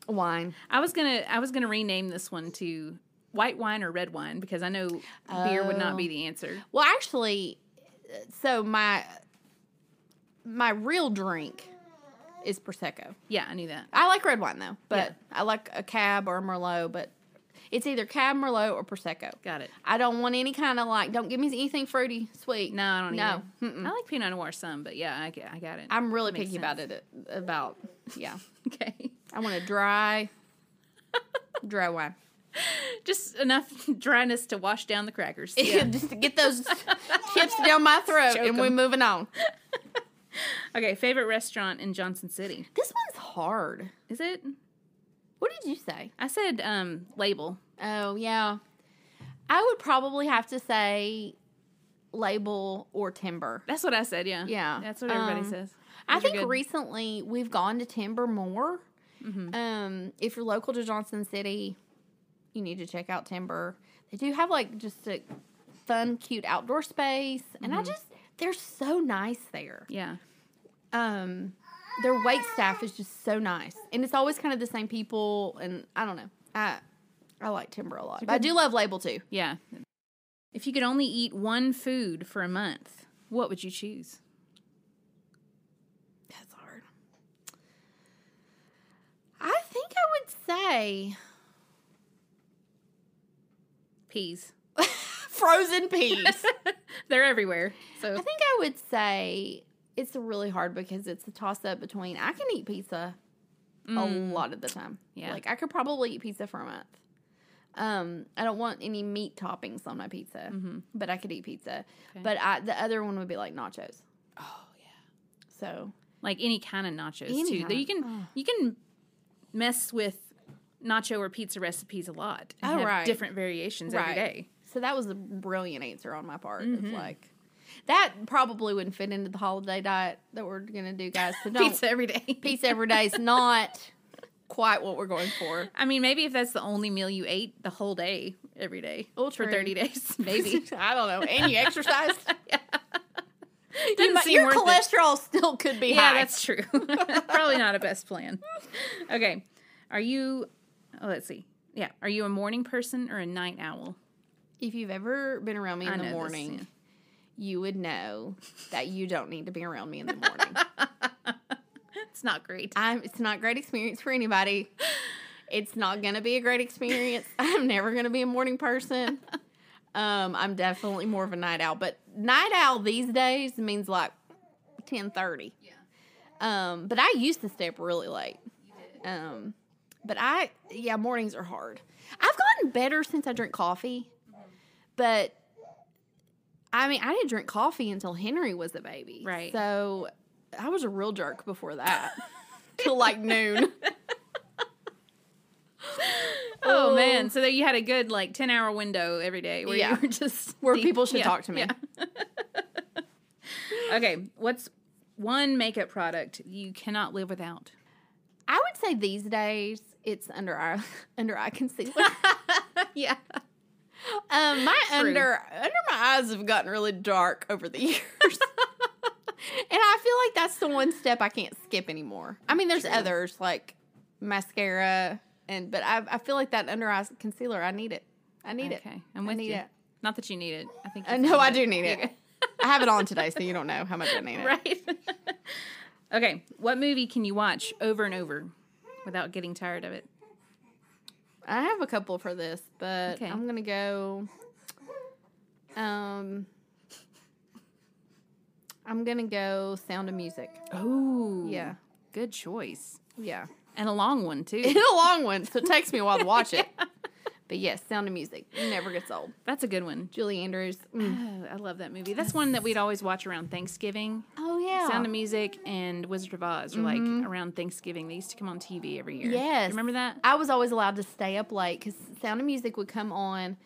B: Wine.
A: I was gonna I was gonna rename this one to white wine or red wine because I know beer would not be the answer.
B: Well, actually, so my my real drink is prosecco.
A: Yeah, I knew that.
B: I like red wine though, but
A: Yeah.
B: I like a cab or a merlot, but it's either cab, merlot, or prosecco.
A: Got it.
B: I don't want any kind of like. Don't give me anything fruity, sweet.
A: No, I don't
B: No,
A: either. I like Pinot Noir some, but yeah, I get, I got it.
B: I'm really
A: Makes
B: picky about it. About yeah,
A: *laughs* okay.
B: I want a
A: *laughs*
B: dry, dry wine.
A: Just enough *laughs* dryness to wash down the crackers. Yeah.
B: *laughs* Just to get those chips down my throat,
A: Choke
B: and we're
A: 'em.
B: moving on.
A: *laughs* okay, favorite restaurant in Johnson City.
B: This one's hard.
A: Is it?
B: What did you say?
A: I said um label.
B: Oh yeah, I would probably have to say label or timber.
A: That's what I said, yeah.
B: Yeah.
A: That's what everybody
B: Um,
A: says.
B: I
A: Those are
B: think
A: good.
B: recently we've gone to Timber more. Um, if you're local to Johnson City, you need to check out Timber. They do have like just a fun, cute outdoor space, and I just they're so nice there.
A: Yeah.
B: Um, their wait staff is just so nice, and it's always kind of the same people. And I don't know, I I like Timber a lot, but I do love Label too.
A: Yeah. If you could only eat one food for a month, what would you choose?
B: That's hard. I think I would say
A: Peas.
B: frozen *laughs* peas.
A: They're everywhere. So
B: I think I would say it's really hard because it's a toss up between I can eat pizza a lot of the time.
A: Yeah.
B: Like I could probably eat pizza for a month. Um, I don't want any meat toppings on my pizza, but I could eat pizza. But I, the other one would be like nachos. Oh yeah. So
A: like any kind of nachos too.
B: Any kind. oh.
A: You can you can mess with nacho or pizza recipes a lot. And
B: Oh,
A: have
B: right.
A: different variations every day.
B: So that was a brilliant answer on my part. It's like that probably wouldn't fit into the holiday diet that we're gonna do, guys. So
A: *laughs*
B: don't
A: Pizza every
B: *laughs*
A: day.
B: pizza every day is not quite what we're going for.
A: I mean, maybe if that's the only meal you ate the whole day every day
B: Oh,
A: for
B: true.
A: thirty
B: *laughs*
A: days, maybe. *laughs*
B: I don't know. And you *laughs* exercised.
A: Didn't
B: but
A: seem
B: your
A: worth it.
B: cholesterol still could be
A: Yeah,
B: high.
A: that's
B: *laughs*
A: true. *laughs* Probably not a best plan. Okay. Are you oh, let's see. Yeah. Are you a morning person or a night owl?
B: if you've ever been around me in
A: I know
B: the
A: this,
B: morning,
A: yeah.
B: you would know that you don't need to be around me in
A: *laughs*
B: the morning.
A: It's not great.
B: I'm, it's not a great experience for anybody. It's not going to be a great experience. *laughs* I'm never going to be a morning person. Um, I'm definitely more of a night owl, but night owl these days means like 10:30. Yeah. Um, but I used to stay up really late. Um, but I yeah, mornings are hard. I've gotten better since I drink coffee. But I mean, I didn't drink coffee until Henry was a baby.
A: Right.
B: So I was a real jerk before that. Till like noon.
A: Oh man. So that you had a good like ten hour window every day where
B: Yeah.
A: you were just
B: Where
A: deep-
B: people should
A: yeah,
B: talk to me.
A: yeah. *laughs* Okay. What's one makeup product you cannot live without?
B: I would say these days it's under eye *laughs* under eye concealer.
A: yeah.
B: *laughs* Um, my
A: True.
B: under under my eyes have gotten really dark over the years, *laughs* and I feel like that's the one step I can't skip anymore. I mean, there's others like mascara and, but I I feel like that under eye concealer I need it. I need it.
A: Okay. I'm with
B: I need
A: you.
B: it.
A: Not that you need it. I think
B: Uh, *laughs*
A: you
B: no, I
A: found
B: do need it. I have it on today, so you don't know how much I need
A: *laughs*
B: it.
A: Right. *laughs* okay. What movie can you watch over and over without getting tired of it?
B: I have a couple for this, but
A: Okay.
B: I'm gonna go. Um, I'm gonna go Sound of Music.
A: Oh.
B: Yeah,
A: Good choice.
B: *laughs* yeah.
A: And a long one *laughs* too.
B: It's a long one, so it takes me a while to watch it. *laughs* But yes, Sound of Music never gets old.
A: That's a good one.
B: Julie Andrews. mm.
A: Oh, I love that movie. That's one that we'd always watch around Thanksgiving.
B: *gasps* Oh yeah,
A: Sound of Music and Wizard of Oz were like around Thanksgiving. They used to come on TV every year.
B: Yes.
A: Remember that?
B: I was always allowed to stay up late because Sound of Music would come on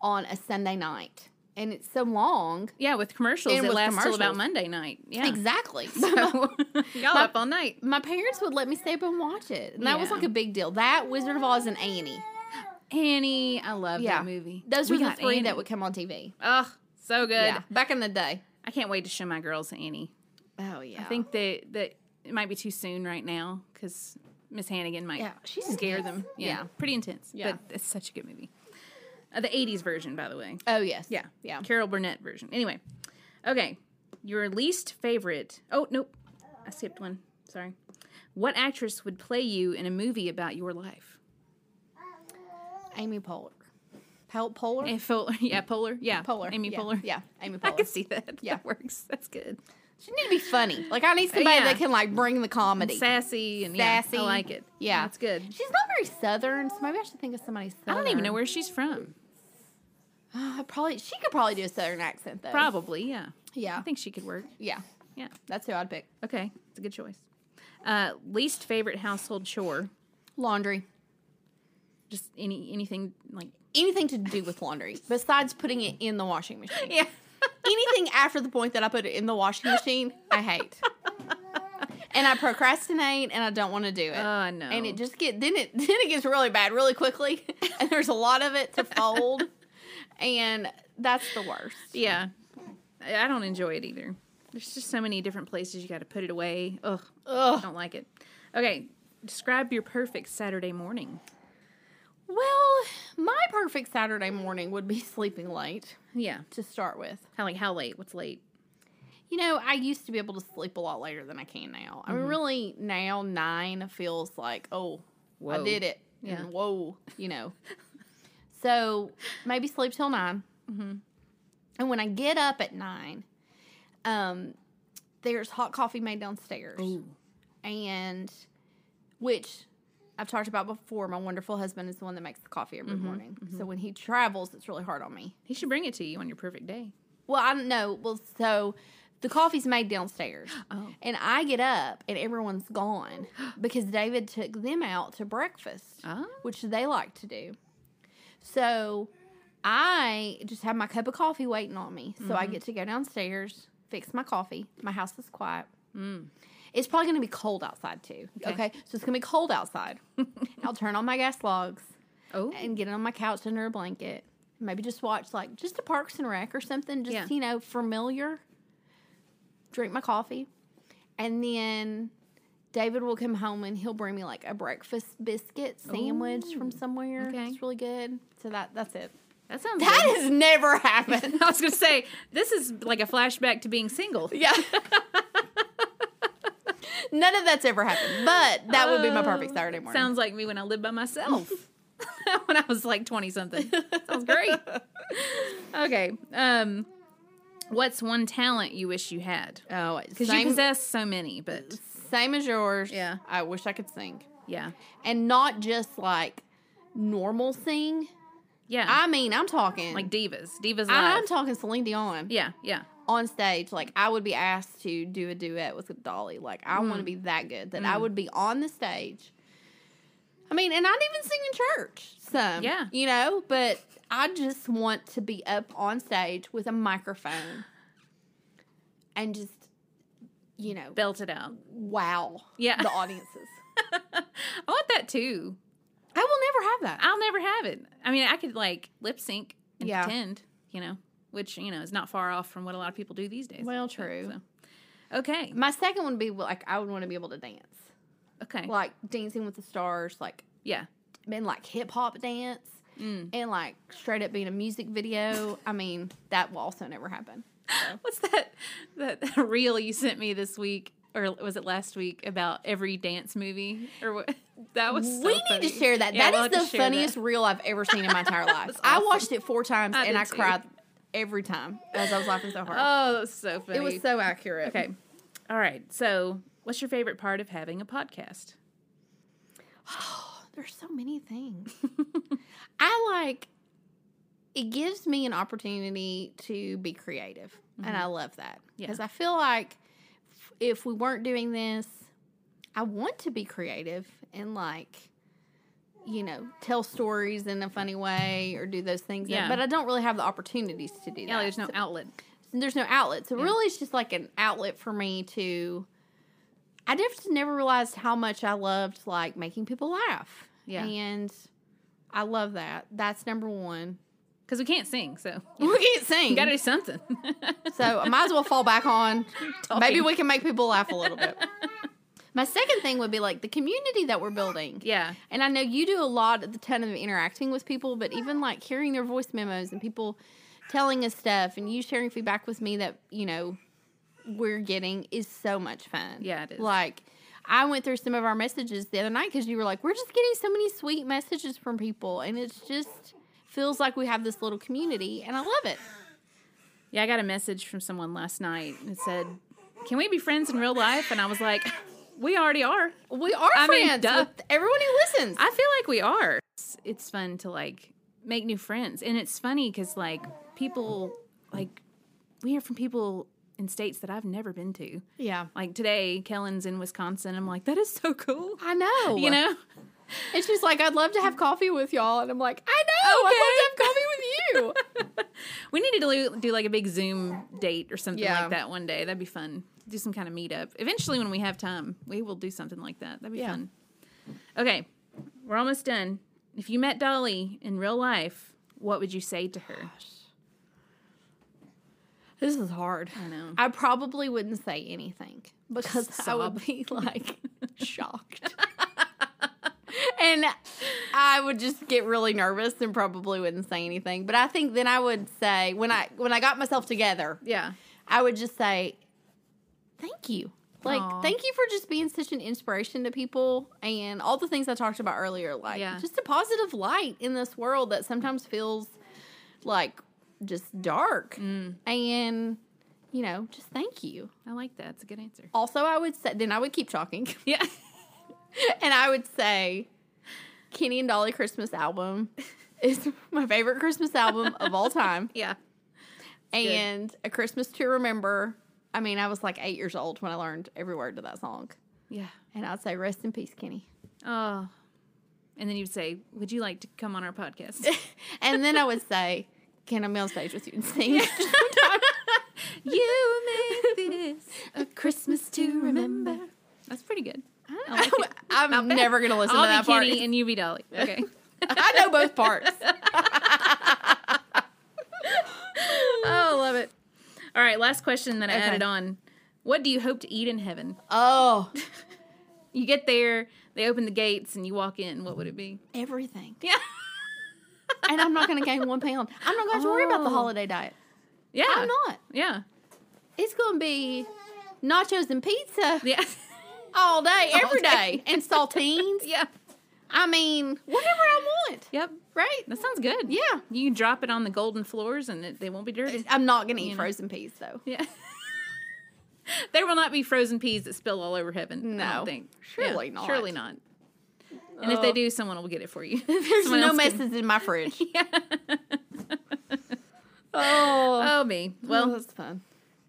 B: on a Sunday night, and it's so long.
A: Yeah, with commercials.
B: And
A: it
B: with
A: lasts till about
B: commercials.
A: Monday night. Yeah.
B: *laughs* Exactly.
A: So, y'all up all night.
B: My parents would let me stay up and watch it, and that was
A: Yeah.
B: like a big deal. That Wizard of Oz and Annie.
A: Annie, I love
B: Yeah,
A: that movie.
B: Those
A: We
B: were the
A: got
B: three
A: Annie.
B: that would come on TV.
A: Oh, so good.
B: Yeah, back in the day.
A: I can't wait to show my girls Annie.
B: Oh yeah,
A: I think that that it might be too soon right now because Miss Hannigan might
B: Yeah, she's
A: scare
B: intense.
A: them. Yeah,
B: Yeah.
A: pretty intense.
B: Yeah.
A: but it's such a good movie. Uh, the '80s version, by the way.
B: Oh yes.
A: Yeah,
B: yeah.
A: Carol Burnett version. Anyway, okay. Your least favorite. Oh nope, I skipped one. Sorry. What actress would play you in a movie about your life?
B: Amy Poehler. Pol- Poehler.
A: Eh, Fol- *laughs* yeah, Polar. Yeah,
B: Poehler.
A: Amy
B: yeah.
A: Poehler.
B: Yeah, Amy
A: *laughs* I
B: Poehler.
A: could see that.
B: Yeah.
A: that works. *laughs* That's good.
B: She need to be funny. Like I need somebody
A: Yeah.
B: that can like bring the comedy.
A: Sassy and
B: Sassy.
A: Yeah, I like it.
B: Yeah.
A: that's good.
B: She's not very southern, so maybe I should think of somebody
A: I
B: southern.
A: don't even know where she's from.
B: *gasps* I probably she could probably do a southern accent though.
A: Probably, yeah.
B: Yeah.
A: I think she could work.
B: Yeah.
A: Yeah.
B: That's who I'd pick.
A: Okay. It's a good choice. Uh, least favorite household chore?
B: Laundry.
A: Just any anything
B: *laughs*
A: like
B: Anything to do with laundry besides putting it in the washing machine.
A: yeah.
B: Anything after the point that I put it in the washing machine, I hate. and I procrastinate and I don't want to do it.
A: Oh, no.
B: And it just get then it *laughs* then it gets really bad really quickly, and there's a lot of it to fold, and that's the worst.
A: Yeah. I I don't enjoy it either. There's just so many different places you got to put it away. Ugh. Ugh. Don't like it. Okay. Describe your perfect Saturday morning.
B: Well, my perfect Saturday morning would be *laughs* sleeping late
A: Yeah.
B: to start with.
A: How like how late? What's late?
B: You know, I used to be able to sleep a lot later than I can now. I mean,
A: Mm-hmm.
B: really, now nine feels like, oh, I
A: Whoa.
B: did it.
A: Yeah.
B: And whoa, you know. so maybe sleep till 9
A: Mm-hmm.
B: And when I get up at nine, um, there's hot coffee made downstairs. And which I've talked about before, my wonderful husband is the one that makes the coffee every
A: Mm-hmm.
B: morning. So when he travels, it's really hard on me.
A: He should bring it to you on your perfect day.
B: Well, I don't know. Well, so the coffee's made downstairs.
A: Oh.
B: And I get up and everyone's
A: *gasps*
B: gone because David took them out to breakfast,
A: Oh.
B: which they like to do. So I just have my cup of coffee waiting on me. So
A: Mm-hmm.
B: I get to go downstairs, fix my coffee. My house is quiet.
A: Mm.
B: It's probably going to be cold outside too. Okay. So it's going to be cold outside. I'll turn on my gas logs
A: Oh.
B: and get on my couch under a blanket. Maybe just watch like just a Parks and Rec or something, just
A: Yeah.
B: you know, familiar. Drink my coffee. And then David will come home and he'll bring me like a breakfast biscuit sandwich from somewhere.
A: okay.
B: It's really good. So that that's it.
A: That sounds
B: That
A: good.
B: has never *laughs*
A: *laughs*
B: happened.
A: I was gonna say this is like a flashback to being single.
B: Yeah. *laughs* None of that's ever happened. But that would be my perfect Saturday morning.
A: Uh, Sounds like me when I lived by myself *laughs* when I was like twenty something. Sounds
B: *laughs*
A: great. okay. Um, what's one talent you wish you had?
B: oh,
A: Because you
B: same,
A: possess so many, but
B: same as yours.
A: Yeah.
B: I wish I could sing.
A: yeah,
B: and not just like normal sing.
A: yeah,
B: I mean, I'm talking
A: like divas, divas.
B: I'm
A: Live.
B: talking Celine Dion
A: yeah, yeah,
B: on stage. Like I would be asked to do a duet with Dolly. Like I
A: Mm.
B: want to be that good that I would be on the stage. I mean, and I'd even sing in church. Some,
A: Yeah.
B: you know, but I just want to be up on stage with a microphone and just, you know,
A: belt it out.
B: wow,
A: Yeah.
B: the audiences.
A: *laughs* I want that too.
B: I will never have that.
A: I'll never have it. I mean, I could like lip sync and
B: Yeah.
A: pretend, you know, which you know is not far off from what a lot of people do these days.
B: Well, true.
A: So, okay,
B: My second one would be like I would want to be able to dance,
A: okay,
B: like Dancing with the Stars, like
A: yeah,
B: been like hip hop dance, and like straight up being a music video. I mean, that will also never happen.
A: *laughs* What's that that reel you sent me this week, or was it last week about every dance movie? Or what? *laughs* That was so
B: we need
A: funny.
B: to share that.
A: Yeah, we'll
B: that
A: have
B: is
A: to
B: the
A: share that.
B: funniest reel I've ever seen in my *laughs* entire life. I watched it four times
A: I
B: and
A: did
B: I
A: too.
B: cried every time as I was laughing so hard.
A: Oh, that was so funny.
B: it was so accurate.
A: okay. All right. So, what's your favorite part of having a podcast?
B: There's so many things. *laughs* I like it gives me an opportunity to be creative, and I love that because I feel like f- if we weren't doing this, I want to be creative and like you know tell stories in a funny way or do those things. that-
A: Yeah.
B: but I don't really have the opportunities to do
A: Yeah,
B: that.
A: there's no
B: So-
A: outlet.
B: there's no outlet. So really, it's just like an outlet for me to. I just never realized how much I loved like making people laugh.
A: Yeah.
B: and I love that. That's number one.
A: Because we can't sing, so
B: We can't
A: *laughs*
B: sing,
A: you *laughs* got to do something.
B: so I might as well fall back on. Maybe we can make people laugh a
A: *laughs*
B: little bit. My second thing would be like the community that we're building.
A: yeah.
B: And I know you do a lot of the ton of interacting with people, but even like hearing their voice memos and people telling us stuff and you sharing feedback with me that, you know, we're getting is so much fun.
A: Yeah, it is.
B: Like, I went through some of our messages the other night because you were like, we're just getting so many sweet messages from people. And it's just feels like we have this little community and I love it.
A: Yeah, I got a message from someone last night and it said, Can we be friends in real life? And I was like, We already are.
B: We are
A: I mean,
B: friends
A: duh.
B: with everyone who listens.
A: I feel like we are. It's, it's fun to like make new friends, and it's funny because like people like we hear from people in states that I've never been to.
B: yeah.
A: Like today, Kellen's in Wisconsin. I'm like, that is so
B: *laughs*
A: cool.
B: I know.
A: You know,
B: And she's like, I'd love to have coffee with y'all. And I'm like, I know. I'd love to have coffee with you.
A: we needed to do, do like a big Zoom date or something
B: Yeah.
A: like that one day. That'd be fun. do some kind of meetup. Eventually, when we have time, we will do something like that. That'd be
B: Yeah.
A: fun. Okay, we're almost done. If you met Dolly in real life, what would you say to her?
B: This is hard. I
A: know.
B: I probably wouldn't say anything because I would be like *laughs* shocked. and I would just get really nervous and probably wouldn't say anything. But I think then I would say when I when I got myself together,
A: Yeah.
B: I would just say thank you. Like
A: Aw.
B: thank you for just being such an inspiration to people and all the things I talked about earlier like
A: Yeah.
B: just a positive light in this world that sometimes feels like just dark.
A: Mm.
B: And you know, just thank you.
A: I like that. It's a good answer.
B: Also, I would say then I would keep talking *laughs*
A: Yeah.
B: and I would say Kenny and Dolly
A: *laughs*
B: Christmas album is my favorite Christmas album of all time.
A: *laughs* Yeah.
B: and A Christmas to Remember. I mean, I was like eight years old when I learned every word to that song.
A: Yeah.
B: And I'd say, rest in peace, Kenny.
A: Oh. And then you'd say, Would you like to come on our *laughs* podcast?
B: And then I would say, can I be on stage with you and *laughs* sing?
A: you make this a Christmas to remember.
B: *laughs*
A: That's pretty good. I like it.
B: Oh, I'm
A: bad.
B: never going to listen
A: I'll
B: to that
A: be
B: part.
A: Kenny and you be Dolly. *laughs* Okay.
B: *laughs* I know both parts.
A: oh, love it. All right, last question that I added on. What do you hope to eat in heaven?
B: *laughs* Oh,
A: You get there, they open the gates, and you walk in. What would it be?
B: everything.
A: *laughs* Yeah.
B: And I'm not going to gain one pound. I'm not going to have to worry about the
A: Oh.
B: holiday diet.
A: Yeah.
B: I'm not.
A: Yeah.
B: It's going to be nachos and pizza
A: Yeah.
B: all day, every
A: day.
B: day, and *laughs* saltines.
A: *laughs* yeah.
B: I mean, whatever I want,
A: Yep.
B: right?
A: That sounds good.
B: Yeah.
A: You can drop it on the golden floors, and it, they won't be dirty.
B: I'm not gonna eat
A: You know.
B: frozen peas though.
A: Yeah. *laughs* there will not be frozen peas that spill all over heaven. I
B: No.
A: don't think.
B: Surely not. Uh,
A: Surely not. And if they do, someone will get it for you.
B: *laughs* *laughs* There's
A: Someone
B: no
A: else can-
B: messes in my *laughs* fridge.
A: *laughs*
B: oh,
A: Oh me.
B: well,
A: Well,
B: that's fun.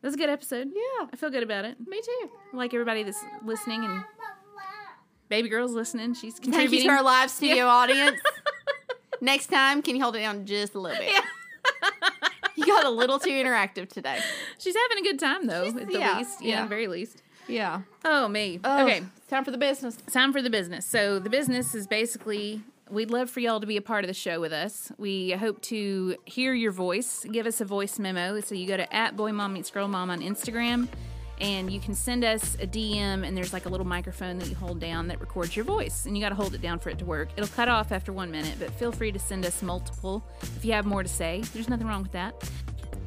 A: that's a good episode.
B: Yeah,
A: I feel good about it.
B: me too.
A: I like everybody that's listening and baby girl's listening. She's
B: Thank you
A: contributing.
B: to our live studio audience. *laughs* Next time, can you hold it down just a little bit? *laughs* you got a little too interactive today.
A: She's having a good time though, at the
B: yeah,
A: least. Yeah,
B: yeah.
A: at the very least.
B: Yeah.
A: Oh me.
B: Okay,
A: Okay.
B: it's time for the business.
A: time for the business. So the business is basically we'd love for y'all to be a part of the show with us. We hope to hear your voice. Give us a voice memo. So you go to at boy mom meets girl mom on Instagram and you can send us a DM and there's like a little microphone that you hold down that records your voice and you got to hold it down for it to work. It'll cut off after 1 minute, but feel free to send us multiple if you have more to say. There's nothing wrong with that.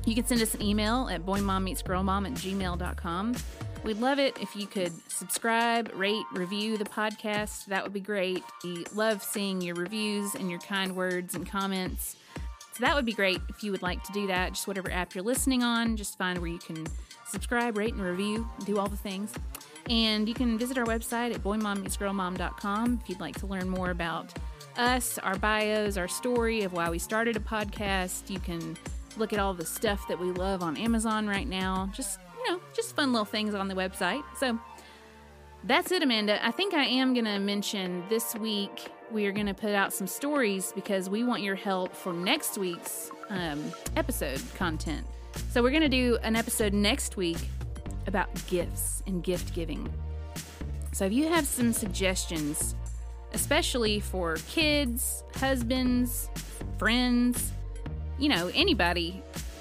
A: You can send us an email at boymommeetsgirlmom at gmail.com. We'd love it if you could subscribe, rate, review the podcast. That would be great. We love seeing your reviews and your kind words and comments. So that would be great if you would like to do that. Just whatever app you're listening on, just find where you can subscribe, rate, and review, do all the things. And you can visit our website at boymommeetsgirlmom.com if you'd like to learn more about us, our bios, our story of why we started a podcast. You can look at all the stuff that we love on Amazon right now. Just, you know, just fun little things on the website. So that's it, Amanda. I think I am going to mention this week we are going to put out some stories because we want your help for next week's um, episode content. So we're going to do an episode next week about gifts and gift giving. So if you have some suggestions, especially for kids, husbands, friends, you know, anybody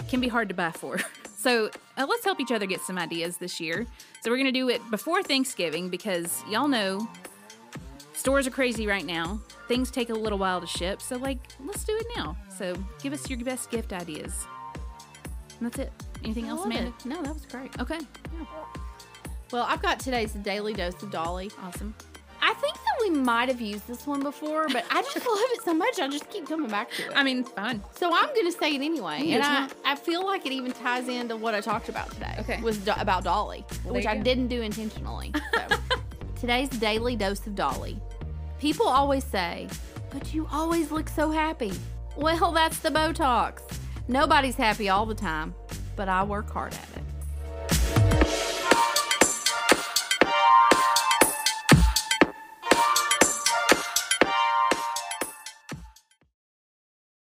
A: can be hard to buy for. *laughs* So uh, let's help each other get some ideas this year. So we're going to do it before Thanksgiving because y'all know stores are crazy right now. Things take a little while to ship. So, like, let's do it now. So give us your best gift ideas. And that's it. Anything else,
B: Love it.
A: Amanda?
B: No, that was great.
A: Okay.
B: Well, I've got today's daily dose of Dolly.
A: Awesome.
B: I think that we might have used this one before, but I just *laughs* love it so much. I just keep coming back to it.
A: I mean, fun.
B: So I'm going to say it anyway,
A: Yeah,
B: and
A: it's
B: I,
A: not-
B: I feel like it even ties into what I talked about today.
A: Okay.
B: was do- about Dolly,
A: Well,
B: which
A: there you
B: I
A: go.
B: didn't do intentionally.
A: *laughs*
B: So today's daily dose of Dolly. People always say, "But you always look so happy." Well, that's the Botox. Nobody's happy all the time, but I work hard at it.